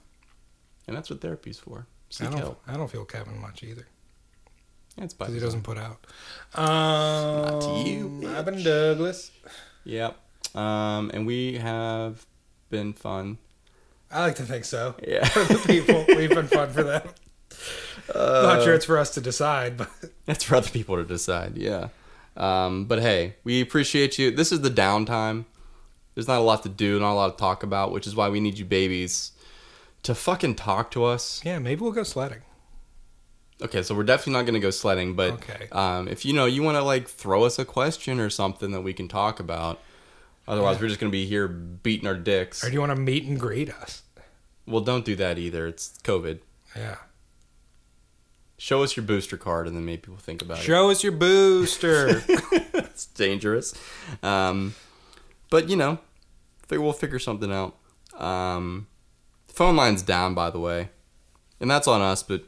and that's what therapy's for.
I
Seek
don't,
help.
I don't feel Kevin much either.
Yeah, it's by
because he
design.
doesn't put out. Um,
to you, bitch.
I've been Douglas.
Yep. Um, and we have been fun.
I like to think so.
Yeah.
For the people, we've been fun for them.
Uh,
Not sure it's for us to decide, but
That's for other people to decide. Yeah. Um, but hey, we appreciate you. This is the downtime. There's not a lot to do, not a lot to talk about, which is why we need you babies to fucking talk to us.
yeah, maybe we'll go sledding.
Okay, so we're definitely not gonna go sledding, but
Okay.
um, if you know you want to like throw us a question or something that we can talk about, otherwise we're just gonna be here beating our dicks.
Or do you want to meet and greet us?
well, don't do that either. It's COVID.
Yeah.
Show us your booster card, and then maybe we'll think about it.
Show us your booster.
it's dangerous. Um, but you know, figure we'll figure something out. Um, phone line's down, by the way, and that's on us. But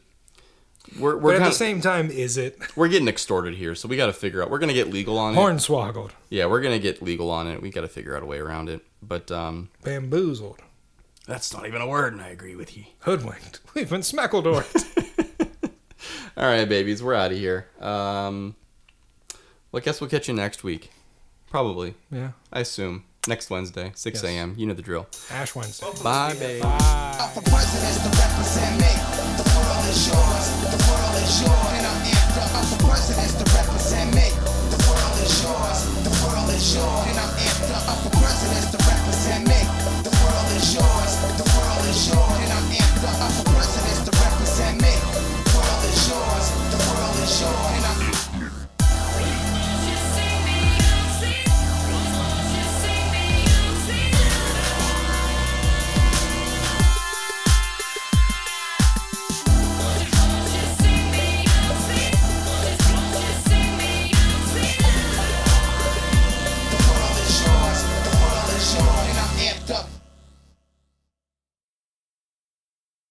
we're
but
we're
at
kind
the same time, is it
we're getting extorted here, so we got to figure out. We're gonna get legal on it.
hornswoggled,
Yeah, we're gonna get legal on it. We got to figure out a way around it. But um,
bamboozled,
that's not even a word, and I agree with you.
hoodwinked? We've been smackledorfed.
All right, babies, we're out of here. Um, well, I guess we'll catch you next week, probably.
yeah.
I assume next Wednesday, six
Yes.
a.m. You know the drill.
Ash Wednesday.
Bye, baby.
Up for presidents to represent me. The world is yours. The world is yours. And I'm amped up. Up for presidents to